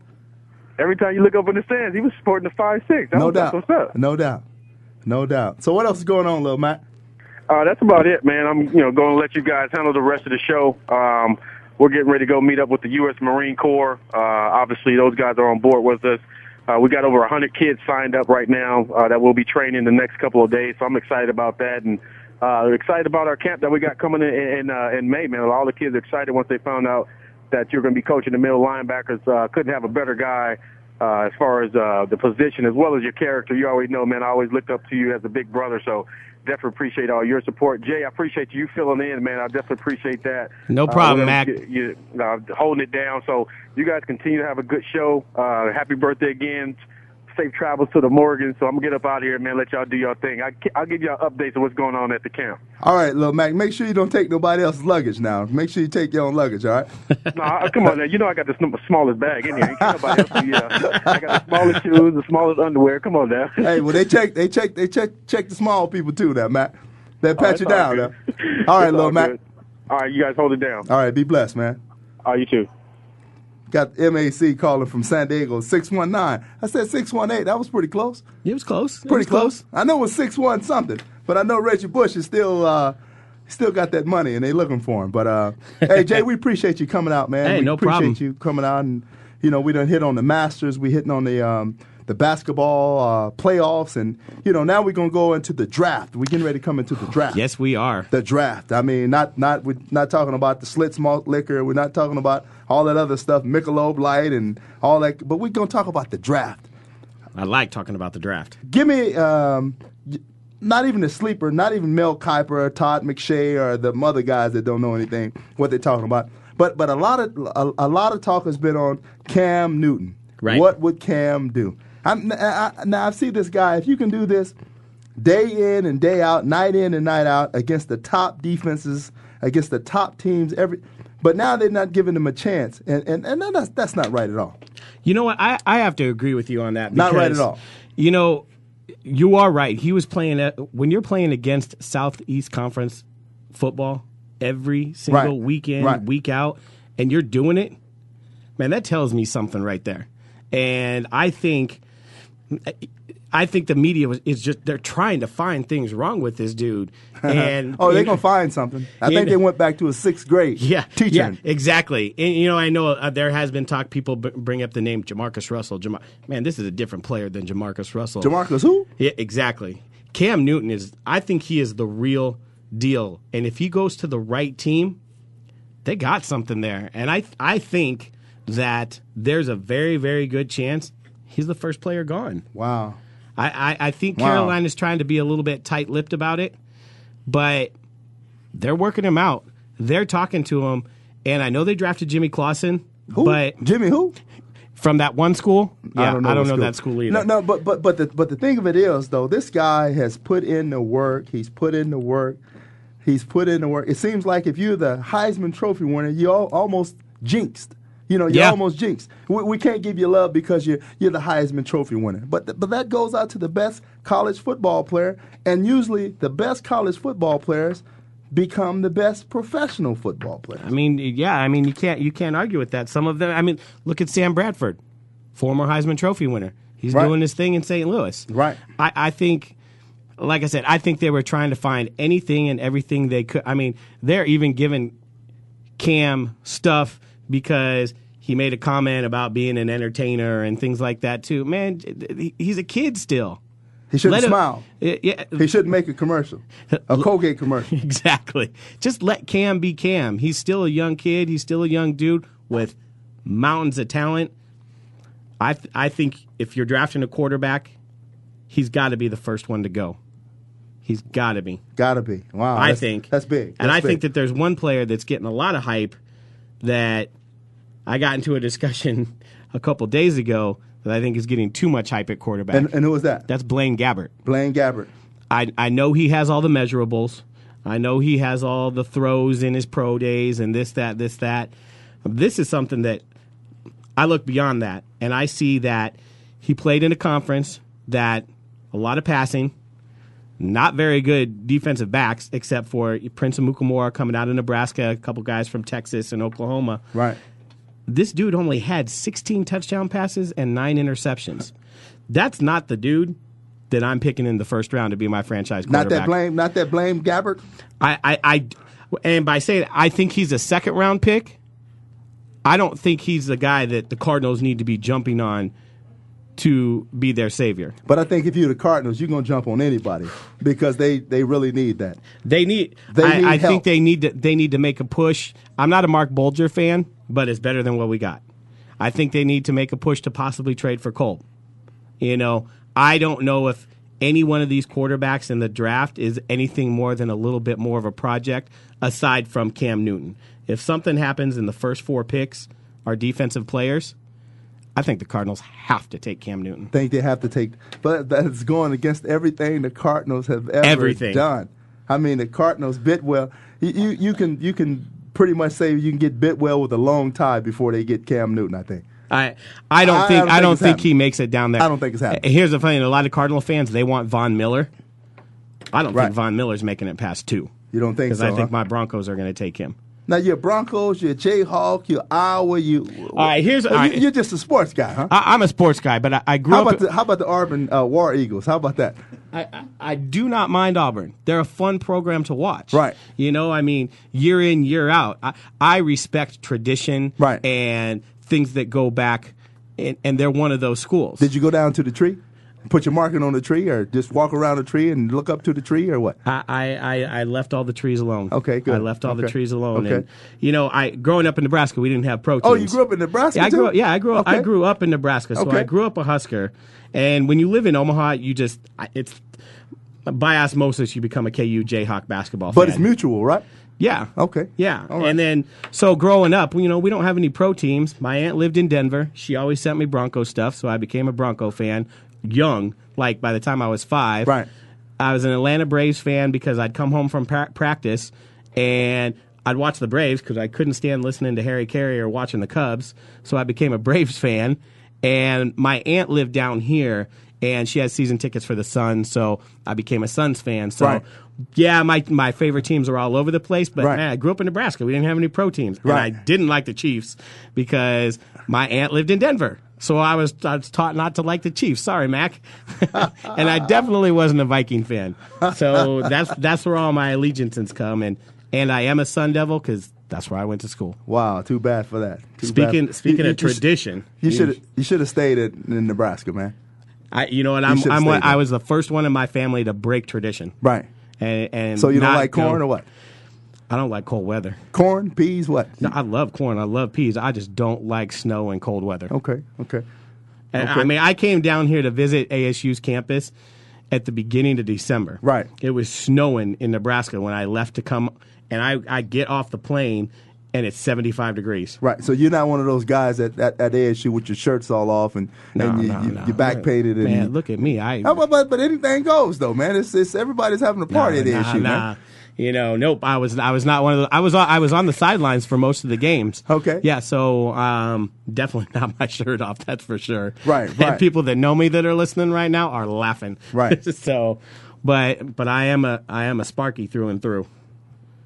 Every time you look up in the stands, he was supporting the five six. That
No
was,
doubt.
That's what's up.
No doubt. No doubt. So what else is going on, Lil Mac?
Uh, that's about it, man. I'm you know going to let you guys handle the rest of the show. Um, we're getting ready to go meet up with the U.S. Marine Corps. Uh, obviously, those guys are on board with us. Uh, Uh, we got over 100 kids signed up right now uh, that will be training the next couple of days, so I'm excited about that and uh, excited about our camp that we got coming in in, uh, in May, man. All the kids are excited once they found out that you're going to be coaching the middle linebackers. Uh, couldn't have a better guy uh, as far as uh, the position as well as your character. You always know, man. I always looked up to you as a big brother, so definitely appreciate all your support. Jay, I appreciate you filling in, man. I definitely appreciate that. Uh,
No problem,
whatever
Mac.
You, you, uh, holding it down. So you guys continue to have a good show. Uh, happy birthday again. Safe travels to the Morgan. So I'm gonna get up out of here, man. Let y'all do your thing. I, I'll give y'all updates of what's going on at the camp.
All right, Lil Mac, make sure you don't take nobody else's luggage now. Make sure you take your own luggage, all right?
No, I, come on now. You know I got the sm- smallest bag in here. Ain't nobody else be, uh, I got the smallest shoes, the smallest underwear. Come on now.
hey, well they check they check they check check the small people too now, Mac. They pat
Oh, it's
you
all
down
good.
now. All right,
It's
Lil
all
Mac.
good. All right, you guys hold it down.
All right, be blessed, man.
All right, you too.
Got MAC calling from San Diego, 619. I said 618. That was pretty close.
It was close. It
Pretty
was
close. I know it was 6-1 something, but I know Reggie Bush is still uh, still got that money and they looking for him. But uh, hey, Jay, we appreciate you coming out, man.
Hey,
we
no
appreciate
problem.
you coming out and you know, we done hit on the Masters, we hitting on the um, the basketball uh, playoffs and you know, now we're going to go into the draft. We're getting ready to come into the draft
Yes, we are.
the draft. I mean, not not we're not talking about the Slits malt liquor. We're not talking about all that other stuff, Michelob Light and all that. But we're gonna talk about the draft.
I like talking about the draft.
Give me um, y- not even a sleeper, not even Mel Kiper or Todd McShay or the other guys that don't know anything what they're talking about. But but a lot of a, a lot of talk has been on Cam Newton.
Right.
What would Cam do? I'm, I, I, now I've seen this guy. If you can do this day in and day out, night in and night out against the top defenses, against the top teams, every. But now they're not giving him a chance, and and, and that's that's not right at all.
You know what? I, I have to agree with you on that.
Not right
because,
at all.
You know, you are right. He was playing at, when you're playing against Southeast Conference football every single
Right.
weekend, in,
Right.
week out, and you're doing it, man, that tells me something right there. And I think, I think the media was, is just they're trying to find things wrong with this dude. And
Oh, they're gonna find something. I
in-
think they went back to a sixth grade
yeah,
teacher.
Yeah, exactly. And you know, I know uh, there has been talk. People b- bring up the name Jamarcus Russell. Jamar- Man, this is a different player than Jamarcus Russell.
Demarcus who?
Yeah, exactly. Cam Newton is. I think he is the real deal. And if he goes to the right team, they got something there. And I, I think that there's a very, very good chance he's the first player gone.
Wow.
I, I, I think
Wow.
Carolina is trying to be a little bit tight lipped about it, but they're working him out. They're talking to him. And I know they drafted Jimmy Clausen,
Who?
but
Jimmy who?
from that one school, yeah, I don't know,
what
that school either.
No, no, but but but the but the thing of it is though, this guy has put in the work. He's put in the work. He's put in the work. It seems like if you're the Heisman Trophy winner, you're al- almost jinxed. You know, you're
Yeah.
almost jinxed. We, we can't give you love because you're you're the Heisman Trophy winner. But th- but that goes out to the best college football player, and usually the best college football players become the best professional football players.
I mean, yeah, I mean you can't you can't argue with that. Some of them, I mean, look at Sam Bradford, former Heisman Trophy winner. He's
Right.
doing his thing in St. Louis.
Right.
I, I think, like I said, I think they were trying to find anything and everything they could. I mean, they're even giving Cam stuff because he made a comment about being an entertainer and things like that too. Man, he- he's a kid still.
He shouldn't
Let him-
smile.
Yeah,
He shouldn't make a commercial, a Colgate commercial.
Exactly. Just let Cam be Cam. He's still a young kid. He's still a young dude with mountains of talent. I th- I think if you're drafting a quarterback, he's got to be the first one to go. He's got to be.
Gotta be. Wow.
I
Oh, that's-
think
that's big.
and
That's
I
big.
think that there's one player that's getting a lot of hype. That I got into a discussion a couple days ago that I think is getting too much hype at quarterback.
And, and who was that?
that's Blaine Gabbert.
Blaine Gabbert.
I, I know he has all the measurables. I know he has all the throws in his pro days and this, that, this, that. This is something that I look beyond that and I see that he played in a conference that a lot of passing, not very good defensive backs, except for Prince of Mukamura coming out of Nebraska, a couple guys from Texas and Oklahoma
Right.
this dude only had 16 touchdown passes and nine interceptions. That's not the dude that I'm picking in the first round to be my franchise
Not
quarterback.
that Blaine. Not that Blaine Gabbert.
I, I, I, and by saying I think he's a second round pick, I don't think he's the guy that the Cardinals need to be jumping on to be their savior.
But I think if you're the Cardinals, you're gonna jump on anybody because they, they really need that.
They need.
They
I,
need
I
help.
think they need to. They need to make a push. I'm not a Mark Bolger fan, but it's better than what we got. I think they need to make a push to possibly trade for Cole. You know, I don't know if any one of these quarterbacks in the draft is anything more than a little bit more of a project aside from Cam Newton. If something happens in the first four picks are defensive players, I think the Cardinals have to take Cam Newton.
think they have to take. But that's going against everything the Cardinals have ever
Everything.
done. I mean, the Cardinals Bitwell. You, you you can you can pretty much say you can get Bitwell with a long tie before they get Cam Newton. I think.
I I don't
I- I
think
don't
I
think
don't
it's
think
happening.
he makes it down there.
I don't think it's happening.
Uh, Here's the funny: thing, a lot of Cardinal fans they want Von Miller. I don't
Right.
think Von Miller's making it past two.
You don't think
Because
so?
I think
huh?
my Broncos are going to take him.
now your Broncos, your Jayhawk, your Iowa, you.
All right, here's-
Well,
all
you,
right.
you're just a sports guy, huh?
I, I'm a sports guy, but I, I grew
How
up.
about the How about the Auburn uh, War Eagles? How about that?
I, I- I do not mind Auburn. They're a fun program to watch.
Right.
You know, I mean, year in, year out. I, I respect tradition
Right.
and things that go back, and, and they're one of those schools.
Did you go down to the tree, put your marking on the tree, or just walk around the tree and look up to the tree, or what?
I, I, I- I left all the trees alone.
Okay, good.
I left all the
Okay.
trees alone.
Okay.
And, you know, I growing up in Nebraska, we didn't have proteins.
Oh, you grew up in Nebraska
Yeah, I grew up.
too?
Yeah, I grew up. I
Okay.
grew up in Nebraska, so
Okay.
I grew up a Husker. And when you live in Omaha, you just I- it's by osmosis you become a KU Jayhawk basketball
But
fan.
it's mutual, right?
Yeah.
Okay.
Yeah.
All right.
And then, so growing up, you know, we don't have any pro teams. My aunt lived in Denver. She always sent me Bronco stuff, so I became a Bronco fan young, like by the time I was five.
Right.
I was an Atlanta Braves fan because I'd come home from pra- practice and I'd watch the Braves because I couldn't stand listening to Harry Carey or watching the Cubs, so I became a Braves fan. And my aunt lived down here. And she had season tickets for the Suns, so I became a Suns fan. So,
Right.
yeah, my, my favorite teams are all over the place, but
Right.
man, I grew up in Nebraska. We didn't have any pro teams, and
Right.
I didn't like the Chiefs because my aunt lived in Denver. So I was I was taught not to like the Chiefs. Sorry, Mac. and I definitely wasn't a Viking fan. So that's that's where all my allegiances come, and and I am a Sun Devil because that's where I went to school.
Wow, too bad for that. Too
Speaking
bad.
speaking
You-
of
you- you sh-
tradition,
You should you should have stayed at, in Nebraska, man.
I, you know what? I'm,
should've
I'm one-
stayed there.
I was the first one in my family to break tradition.
Right.
And, and
So you don't
not
like corn
go-
or what?
I don't like cold weather.
Corn, peas, what?
No, I love corn. I love peas. I just don't like snow and cold weather.
Okay, Oh, okay.
And, I mean, I came down here to visit ASU's campus at the beginning of December.
Right.
It was snowing in Nebraska when I left to come, and I, I get off the plane, and it's 75 degrees.
Right. So you're not one of those guys at, at, at ASU with your shirts all off and, and you,
No,
you,
no.
your back painted and
Man, look at me. I,
Oh, but, but but anything goes though, man. It's it's everybody's having a party at ASU, man.
You know, nope. I was I was not one of the. I was on- I was on the sidelines for most of the games.
Okay.
Yeah. So um, definitely not my shirt off. That's for sure.
Right,
And
right.
people that know me that are listening right now are laughing.
Right.
so, but but I am a I am a Sparky through and through.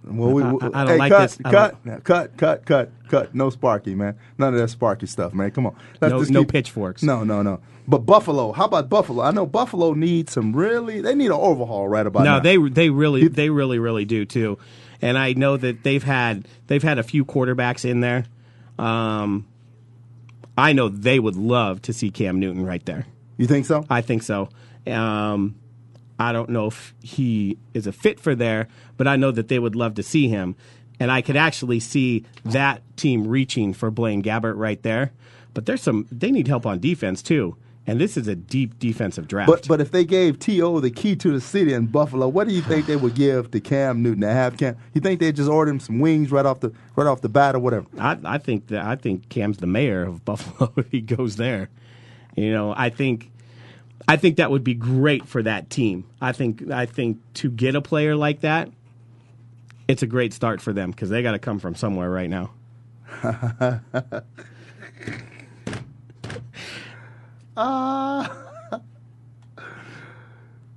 Well, we,
I-
we-
I don't
hey,
like
cut,
this. I
Cut,
don't-
now, cut, cut, cut, cut. No Sparky, man. None of that Sparky stuff, man. Come on.
No- no pitchforks.
No, no, no. But Buffalo, how about Buffalo? I know Buffalo needs some really. They need an overhaul right about now.
no, they they really they really really do too, and I know that they've had they've had a few quarterbacks in there. Um, I know they would love to see Cam Newton right there.
You think so?
I think so. Um, I don't know if he is a fit for there, but I know that they would love to see him. And I could actually see that team reaching for Blaine Gabbert right there. But there's some they need help on defense too. And this is a deep defensive draft.
But but if they gave T.O. the key to the city in Buffalo, what do you think they would give to Cam Newton to have Cam? You think they just order him some wings right off the right off the bat or whatever?
I, I think that I think Cam's the mayor of Buffalo if he goes there. You know, I think I think that would be great for that team. I think I think to get a player like that, it's a great start for them because they got to come from somewhere right now.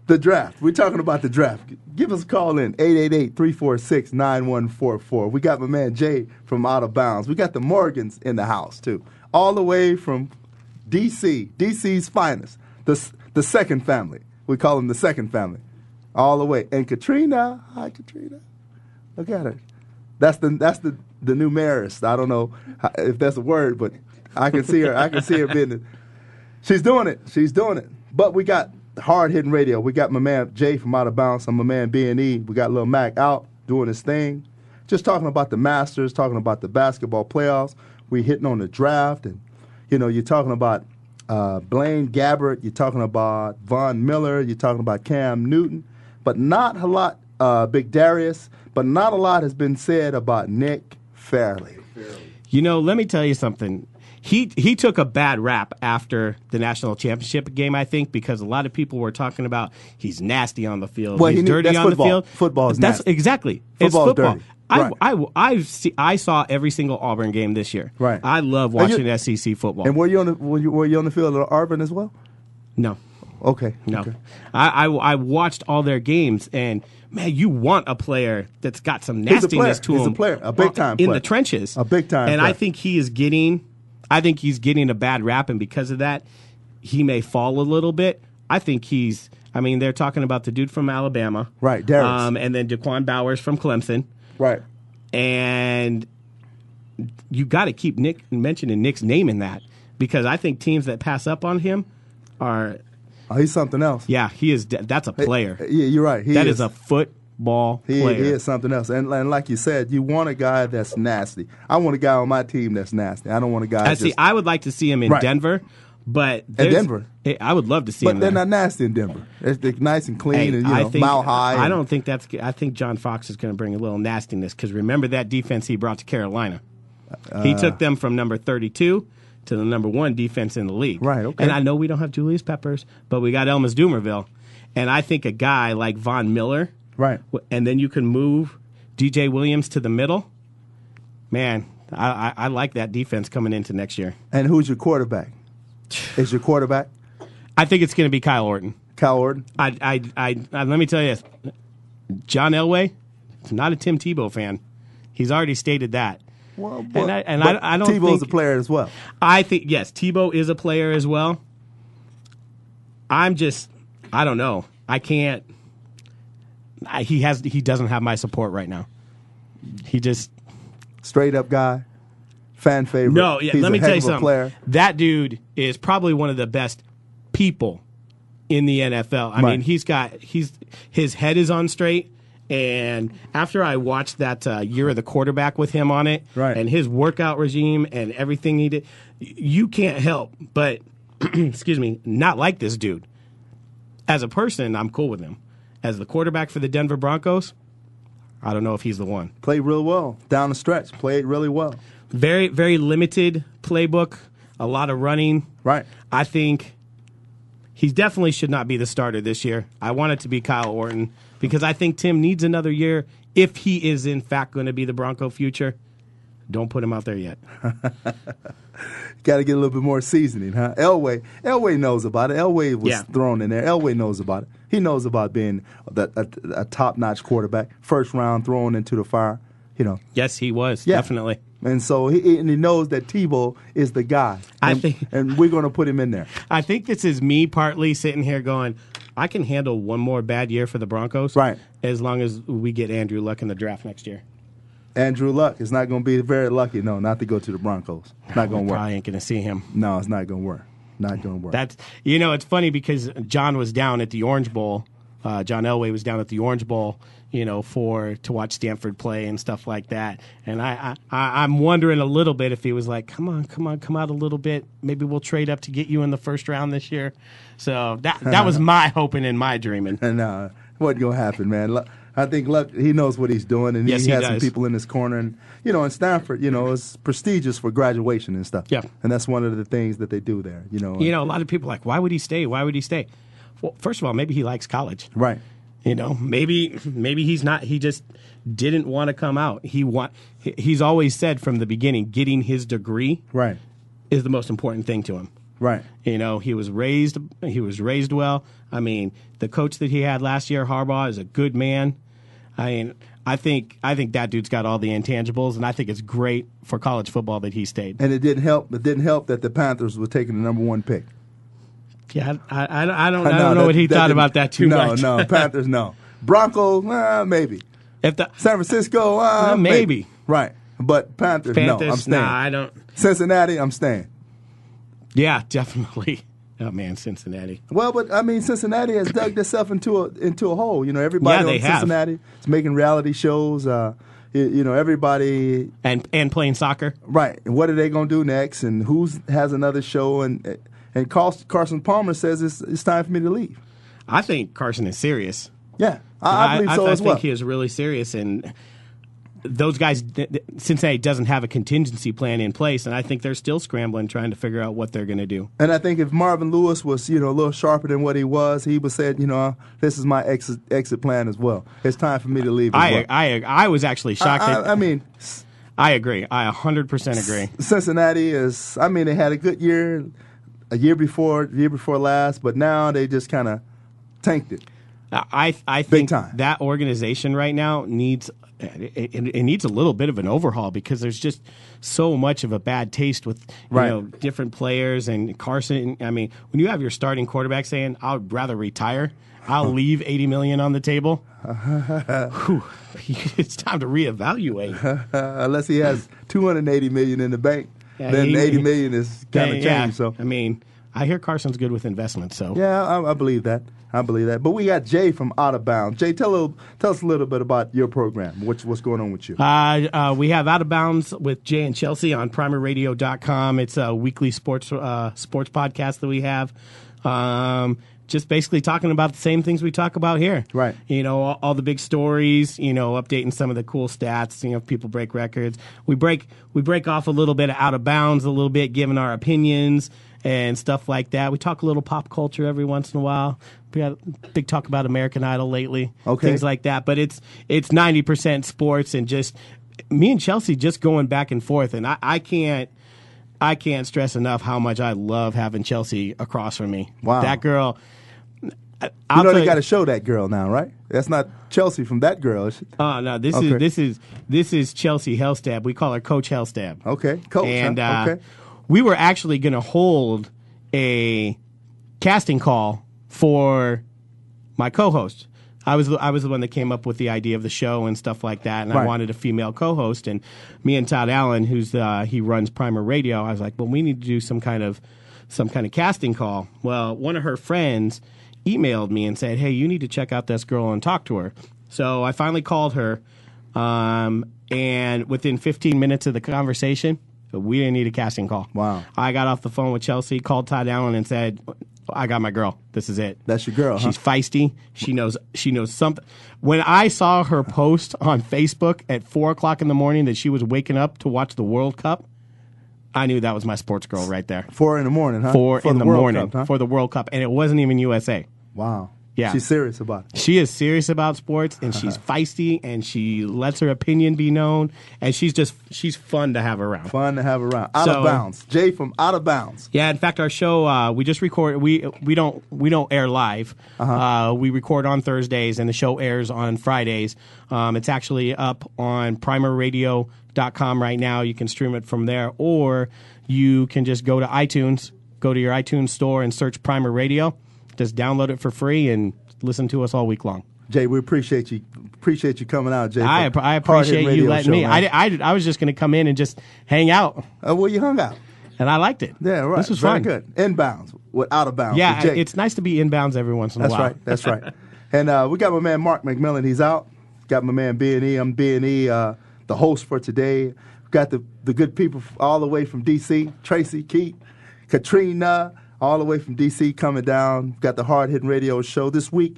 The draft. We're talking about the draft. Give us a call in 888-346-9144. We got my man Jay from Out of Bounds. We got the Morgans in the house too. All the way from DC, DC's finest. The s- the second family. We call them the second family. All the way. And Katrina, hi Katrina. Look at her. That's the that's the the new mayoress. I don't know how- if that's a word, but I can see her. I can see her being. the- She's doing it. She's doing it. But we got hard hitting radio. We got my man Jay from Out of Bounds. I'm my man B and E. We got Lil Mac out doing his thing. Just talking about the Masters, talking about the basketball playoffs. We hitting on the draft, and you know, you're talking about uh, Blaine Gabbert. You're talking about Von Miller. You're talking about Cam Newton. But not a lot, uh, Big Darius. But not a lot has been said about Nick Fairley.
You know, let me tell you something. He he took a bad rap after the national championship game, I think, because a lot of people were talking about he's nasty on the field,
Well,
he's
he knew-
dirty
that's
on
football.
the field.
Football is
that's
nasty.
exactly
Football is
it's football.
dirty.
I,
Right.
I, I've se- I saw every single Auburn game this year.
Right.
I love
And you-
watching SEC football.
And were you on the were you, were you on the field at Auburn as well?
no,
Okay.
no.
Okay.
I, I I watched all their games, and man, you want a player that's got some
He's a
nastiness
player.
to
He's a
him.
player. A big-time
in
player.
the trenches,
A big-time
And I
player.
think he is getting, I think he's getting a bad rap, and because of that, he may fall a little bit. I think he's. I mean, they're talking about the dude from Alabama,
Right, Darius.
um, and then Daquan Bowers from Clemson,
Right.
and you got to keep Nick mentioning Nick's name in that because I think teams that pass up on him are
Oh, he's something else.
yeah, he is. de- That's a player. That is
Yeah, you're right. He
a football
he,
player.
he is something else. And, and like you said, you want a guy that's nasty. I want a guy on my team that's nasty. I don't want a guy.
I
that's
see. I would like to see him in
Right.
Denver, but there's-
Denver.
I- I would love to see
but
him.
they're
there.
not nasty in Denver. It's they're nice and clean
Hey,
and you know
I think,
mile high.
I
and-
don't think that's. I think John Fox is going to bring a little nastiness because remember that defense he brought to Carolina. he
Uh,
took them from number thirty-two to the number one defense in the league.
Right, okay.
And I know we don't have Julius Peppers, but we got Elmas Doomerville, and I think a guy like Von Miller.
Right.
w- And then you can move DJ Williams to the middle. Man, I, I, I like that defense coming into next year.
And who's your quarterback? Is your quarterback
I think it's going to be Kyle Orton.
Cal Orton?
I, I, I, I, let me tell you, this. John Elway, is not a Tim Tebow fan. He's already stated that.
Well,
And I- and I- I don't
Tebow's
think-
a player as well.
I think yes, Tebow is a player as well. I'm just, I don't know. I can't. I, he has, he doesn't have my support right now. He just
Straight up guy, fan favorite.
no. Yeah,
He's
let
a
me
heck
tell
of
you
a
something.
Player.
That dude is probably one of the best people in the NFL. I
Right.
mean, he's got he's his head is on straight. And after I watched that uh, year of the quarterback with him on it,
Right.
and his workout regime and everything he did, y- you can't help but excuse me, not like this dude. As a person, I'm cool with him. As the quarterback for the Denver Broncos, I don't know if he's the one.
Played real well down the stretch. Played really well.
Very very limited playbook, a lot of running.
Right.
I think he definitely should not be the starter this year. I want it to be Kyle Orton because I think Tim needs another year if he is in fact going to be the Bronco future. Don't put him out there yet.
Got to get a little bit more seasoning, huh? Elway, Elway knows about it. Elway was
Yeah.
thrown in there. Elway knows about it. He knows about being the, a, a top-notch quarterback, first round thrown into the fire. You know,
Yes, he was
Yeah.
definitely.
and so he and he knows that Tebow is the guy.
I
and,
think-
and we're going to put him in there.
I think this is me partly sitting here going, I can handle one more bad year for the Broncos,
Right.
As long as we get Andrew Luck in the draft next year,
Andrew Luck is not going to be very lucky. No, not to go to the Broncos. Not going to work.
probably ain't going to see him.
No, it's not going to work. Not going to work.
That's you know, it's funny because John was down at the Orange Bowl. Uh, John Elway was down at the Orange Bowl, you know, for to watch Stanford play and stuff like that. And I, I- I, I'm wondering a little bit if he was like, "Come on, come on, come out a little bit. Maybe we'll trade up to get you in the first round this year." So that that was my hoping and my dreaming.
And uh, what gonna happen, man? Lu- I think Luck he knows what he's doing, and
Yes,
he,
he
has some
does.
people in his corner. And you know, in Stanford, you know, it's prestigious for graduation and stuff.
Yeah.
and that's one of the things that they do there. You know,
You know, a lot of people are like, "Why would he stay? Why would he stay?" Well, first of all, maybe he likes college.
right?
You know, maybe maybe he's not. He just didn't want to come out. He want. he- He's always said from the beginning, getting his degree
Right,
is the most important thing to him.
right.
You know, he was raised. He was raised well. I mean, the coach that he had last year, Harbaugh, is a good man. I mean, I think I think that dude's got all the intangibles, and I think it's great for college football that he stayed.
And it didn't help. It didn't help that the Panthers were taking the number one pick.
Yeah, I, I, I don't, I don't know
that-
what he thought
didn't-
about that too
no,
much.
No, Panthers, no. Broncos, uh, maybe.
if the
San Francisco, uh,
Uh, maybe.
Right, but Panthers, no. I'm
Panthers,
staying.
nah, I don't.
Cincinnati, I'm staying.
Yeah, definitely. Oh man, Cincinnati.
Well, but I mean, Cincinnati has dug itself into a into a hole. You know, everybody
Yeah, they
on
have.
Cincinnati is making reality shows. Uh, y- you know, everybody
And and playing soccer.
right. And what are they going to do next? And who's has another show? And and Carl- Carson Palmer says it's it's time for me to leave.
I think Carson is serious.
Yeah, I, I believe so
I
as well.
think he is really serious, and those guys, th- th- Cincinnati doesn't have a contingency plan in place, and I think they're still scrambling trying to figure out what they're going to do.
And I think if Marvin Lewis was, you know, a little sharper than what he was, he would said, you know, this is my exit exit plan as well. It's time for me to leave. As
I,
well.
I, I was actually shocked.
I,
that,
I, I mean, S-
I agree. I 100% agree.
Cincinnati is. I mean, they had a good year, a year before, year before last, but now they just kind of tanked it.
I I think
time.
that organization right now needs it, it, it needs a little bit of an overhaul because there's just so much of a bad taste with you
Right.
know different players and Carson. I mean, when you have your starting quarterback saying, "I'd rather retire," I'll leave eighty million on the table. Whew. it's time to reevaluate.
Uh, unless he has 280 million in the bank,
Yeah,
then
he-
80 million is kind of
Yeah,
changed.
yeah.
So
I mean, I hear Carson's good with investments, so
yeah, I, I believe that. I believe that. But we got Jay from Out of Bounds. Jay, tell a- tell us a little bit about your program. What's what's going on with you?
Uh, uh, we have Out of Bounds with Jay and Chelsea on primerradio.com. It's a weekly sports uh, sports podcast that we have. Um, just basically talking about the same things we talk about here.
Right.
You know, all, all the big stories, you know, updating some of the cool stats, you know, if people break records. We break we break off a little bit of out of bounds a little bit, giving our opinions and stuff like that. We talk a little pop culture every once in a while. We got a big talk about American Idol lately.
Okay.
Things like that. But it's it's ninety percent sports and just me and Chelsea just going back and forth and I, I can't I can't stress enough how much I love having Chelsea across from me.
Wow.
That girl
you know they got to show that girl now, right? That's not Chelsea from that girl. She-
Oh no! This
Okay.
is this is this is Chelsea Hellstab. We call her Coach Hellstab.
Okay, Oh, Coach, huh?
And uh,
Okay.
we were actually going to hold a casting call for my co-host. I was the- I was the one that came up with the idea of the show and stuff like that, and I
Right.
wanted a female co-host. And me and Todd Allen, who's uh, he runs Primer Radio, I was like, well, we need to do some kind of some kind of casting call. Well, one of her friends emailed me and said, hey, you need to check out this girl and talk to her. So I finally called her, um, and within 15 minutes of the conversation, we didn't need a casting call.
Wow.
I got off the phone with Chelsea, called Todd Allen, and said, "I got my girl. This is it.
That's your girl, huh?
She's feisty. She knows. She knows something." When I saw her post on Facebook at four o'clock in the morning that she was waking up to watch the World Cup, I knew that was my sports girl right there.
Four in the morning, huh?
Four
For
in the,
World
morning
Cup, huh?
for the World Cup, and it wasn't even USA.
wow.
Yeah.
She's serious about it.
She is serious about sports,
Uh-huh.
and she's feisty, and she lets her opinion be known, and she's just she's fun to have around.
Fun to have around. Out
So-
of bounds. Jay from Out of Bounds.
Yeah, in fact, our show uh, we just record we we don't we don't air live.
Uh-huh.
Uh, we record on Thursdays, and the show airs on Fridays. Um, it's actually up on PrimerRadio.com right now. You can stream it from there, or you can just go to iTunes, go to your iTunes store, and search Primer Radio. Just download it for free and listen to us all week long.
Jay, we appreciate you. Appreciate you coming out, Jay.
I,
for Hard
I
Hit
appreciate you
Radio
letting
Show,
me.
man.
I, di- I, di- I was just going to come in and just hang out,
Uh, well, you hung out.
and I liked it.
Yeah, right.
This was
Very
fun.
good. Inbounds with Out of Bounds.
Yeah,
with Jay.
it's nice to be inbounds every once in a
That's
while.
right. That's right. and uh, we got my man Mark McMillan. He's out. Got my man B and E. I'm B and E, uh, the host for today. Got the the good people f- all the way from DC. Tracy Keat, Katrina, all the way from DC coming down. Got the hard hitting radio show this week.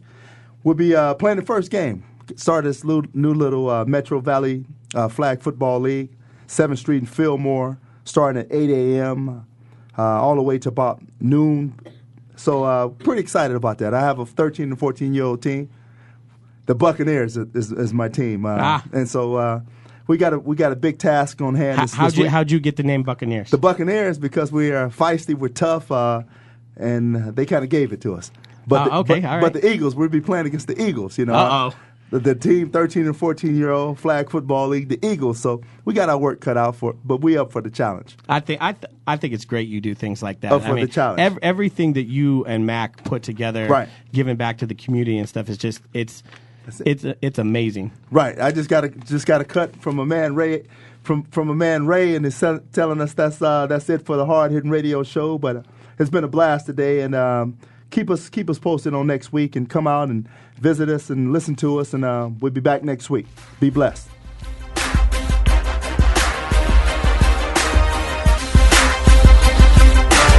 We'll be uh, playing the first game. Start this little, new little uh, Metro Valley uh, Flag Football League, Seventh Street and Fillmore, starting at 8 a.m. Uh, all the way to about noon. So uh, pretty excited about that. I have a 13 and 14 year old team. The Buccaneers is, is, is my team, uh,
Ah.
and so uh, we got a we got a big task on hand.
How,
this,
how'd
this
you
week.
how'd you get the name Buccaneers?
the Buccaneers because we are feisty, we're tough, uh, and they kind of gave it to us. But
Oh, okay,
the, but,
all
but
right.
the Eagles, we'd be playing against the Eagles. You know,
Uh-oh.
the, the team 13 and 14 year old flag football league, the Eagles. So we got our work cut out for, but we up for the challenge.
I think I th- I think it's great you do things like that.
Oh, for
I mean,
the challenge.
ev- everything that you and Mac put together,
Right.
giving back to the community and stuff is just it's
That's it.
it's it's amazing.
Right. I just got a just got a cut from a man Ray from from a man Ray, and it's tell- telling us that's uh, that's it for the hard hitting radio show. But uh, it's been a blast today, and um, keep us keep us posted on next week, and come out and visit us and listen to us, and uh, we'll be back next week. Be blessed.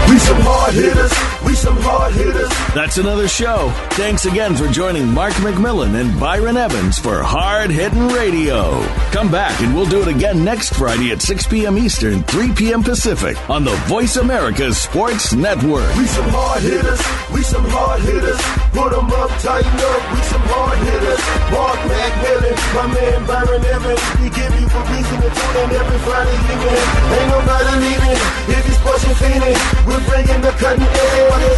We some hard hitters. We some hard hitters.
That's another show. Thanks again for joining Mark McMillan and Byron Evans for Hard Hitting Radio. Come back and we'll do it again next Friday at 6 p.m. Eastern, 3 p.m. Pacific on the Voice America Sports Network.
We some hard hitters. We some hard hitters. Put 'em up, tighten up. We some hard hitters. Mark McMillan, my man Byron Evans. We give you a reason to tune in every Friday evening. Ain't nobody leaving. If you're sports and fiending, we're bringing the cutting edge. It's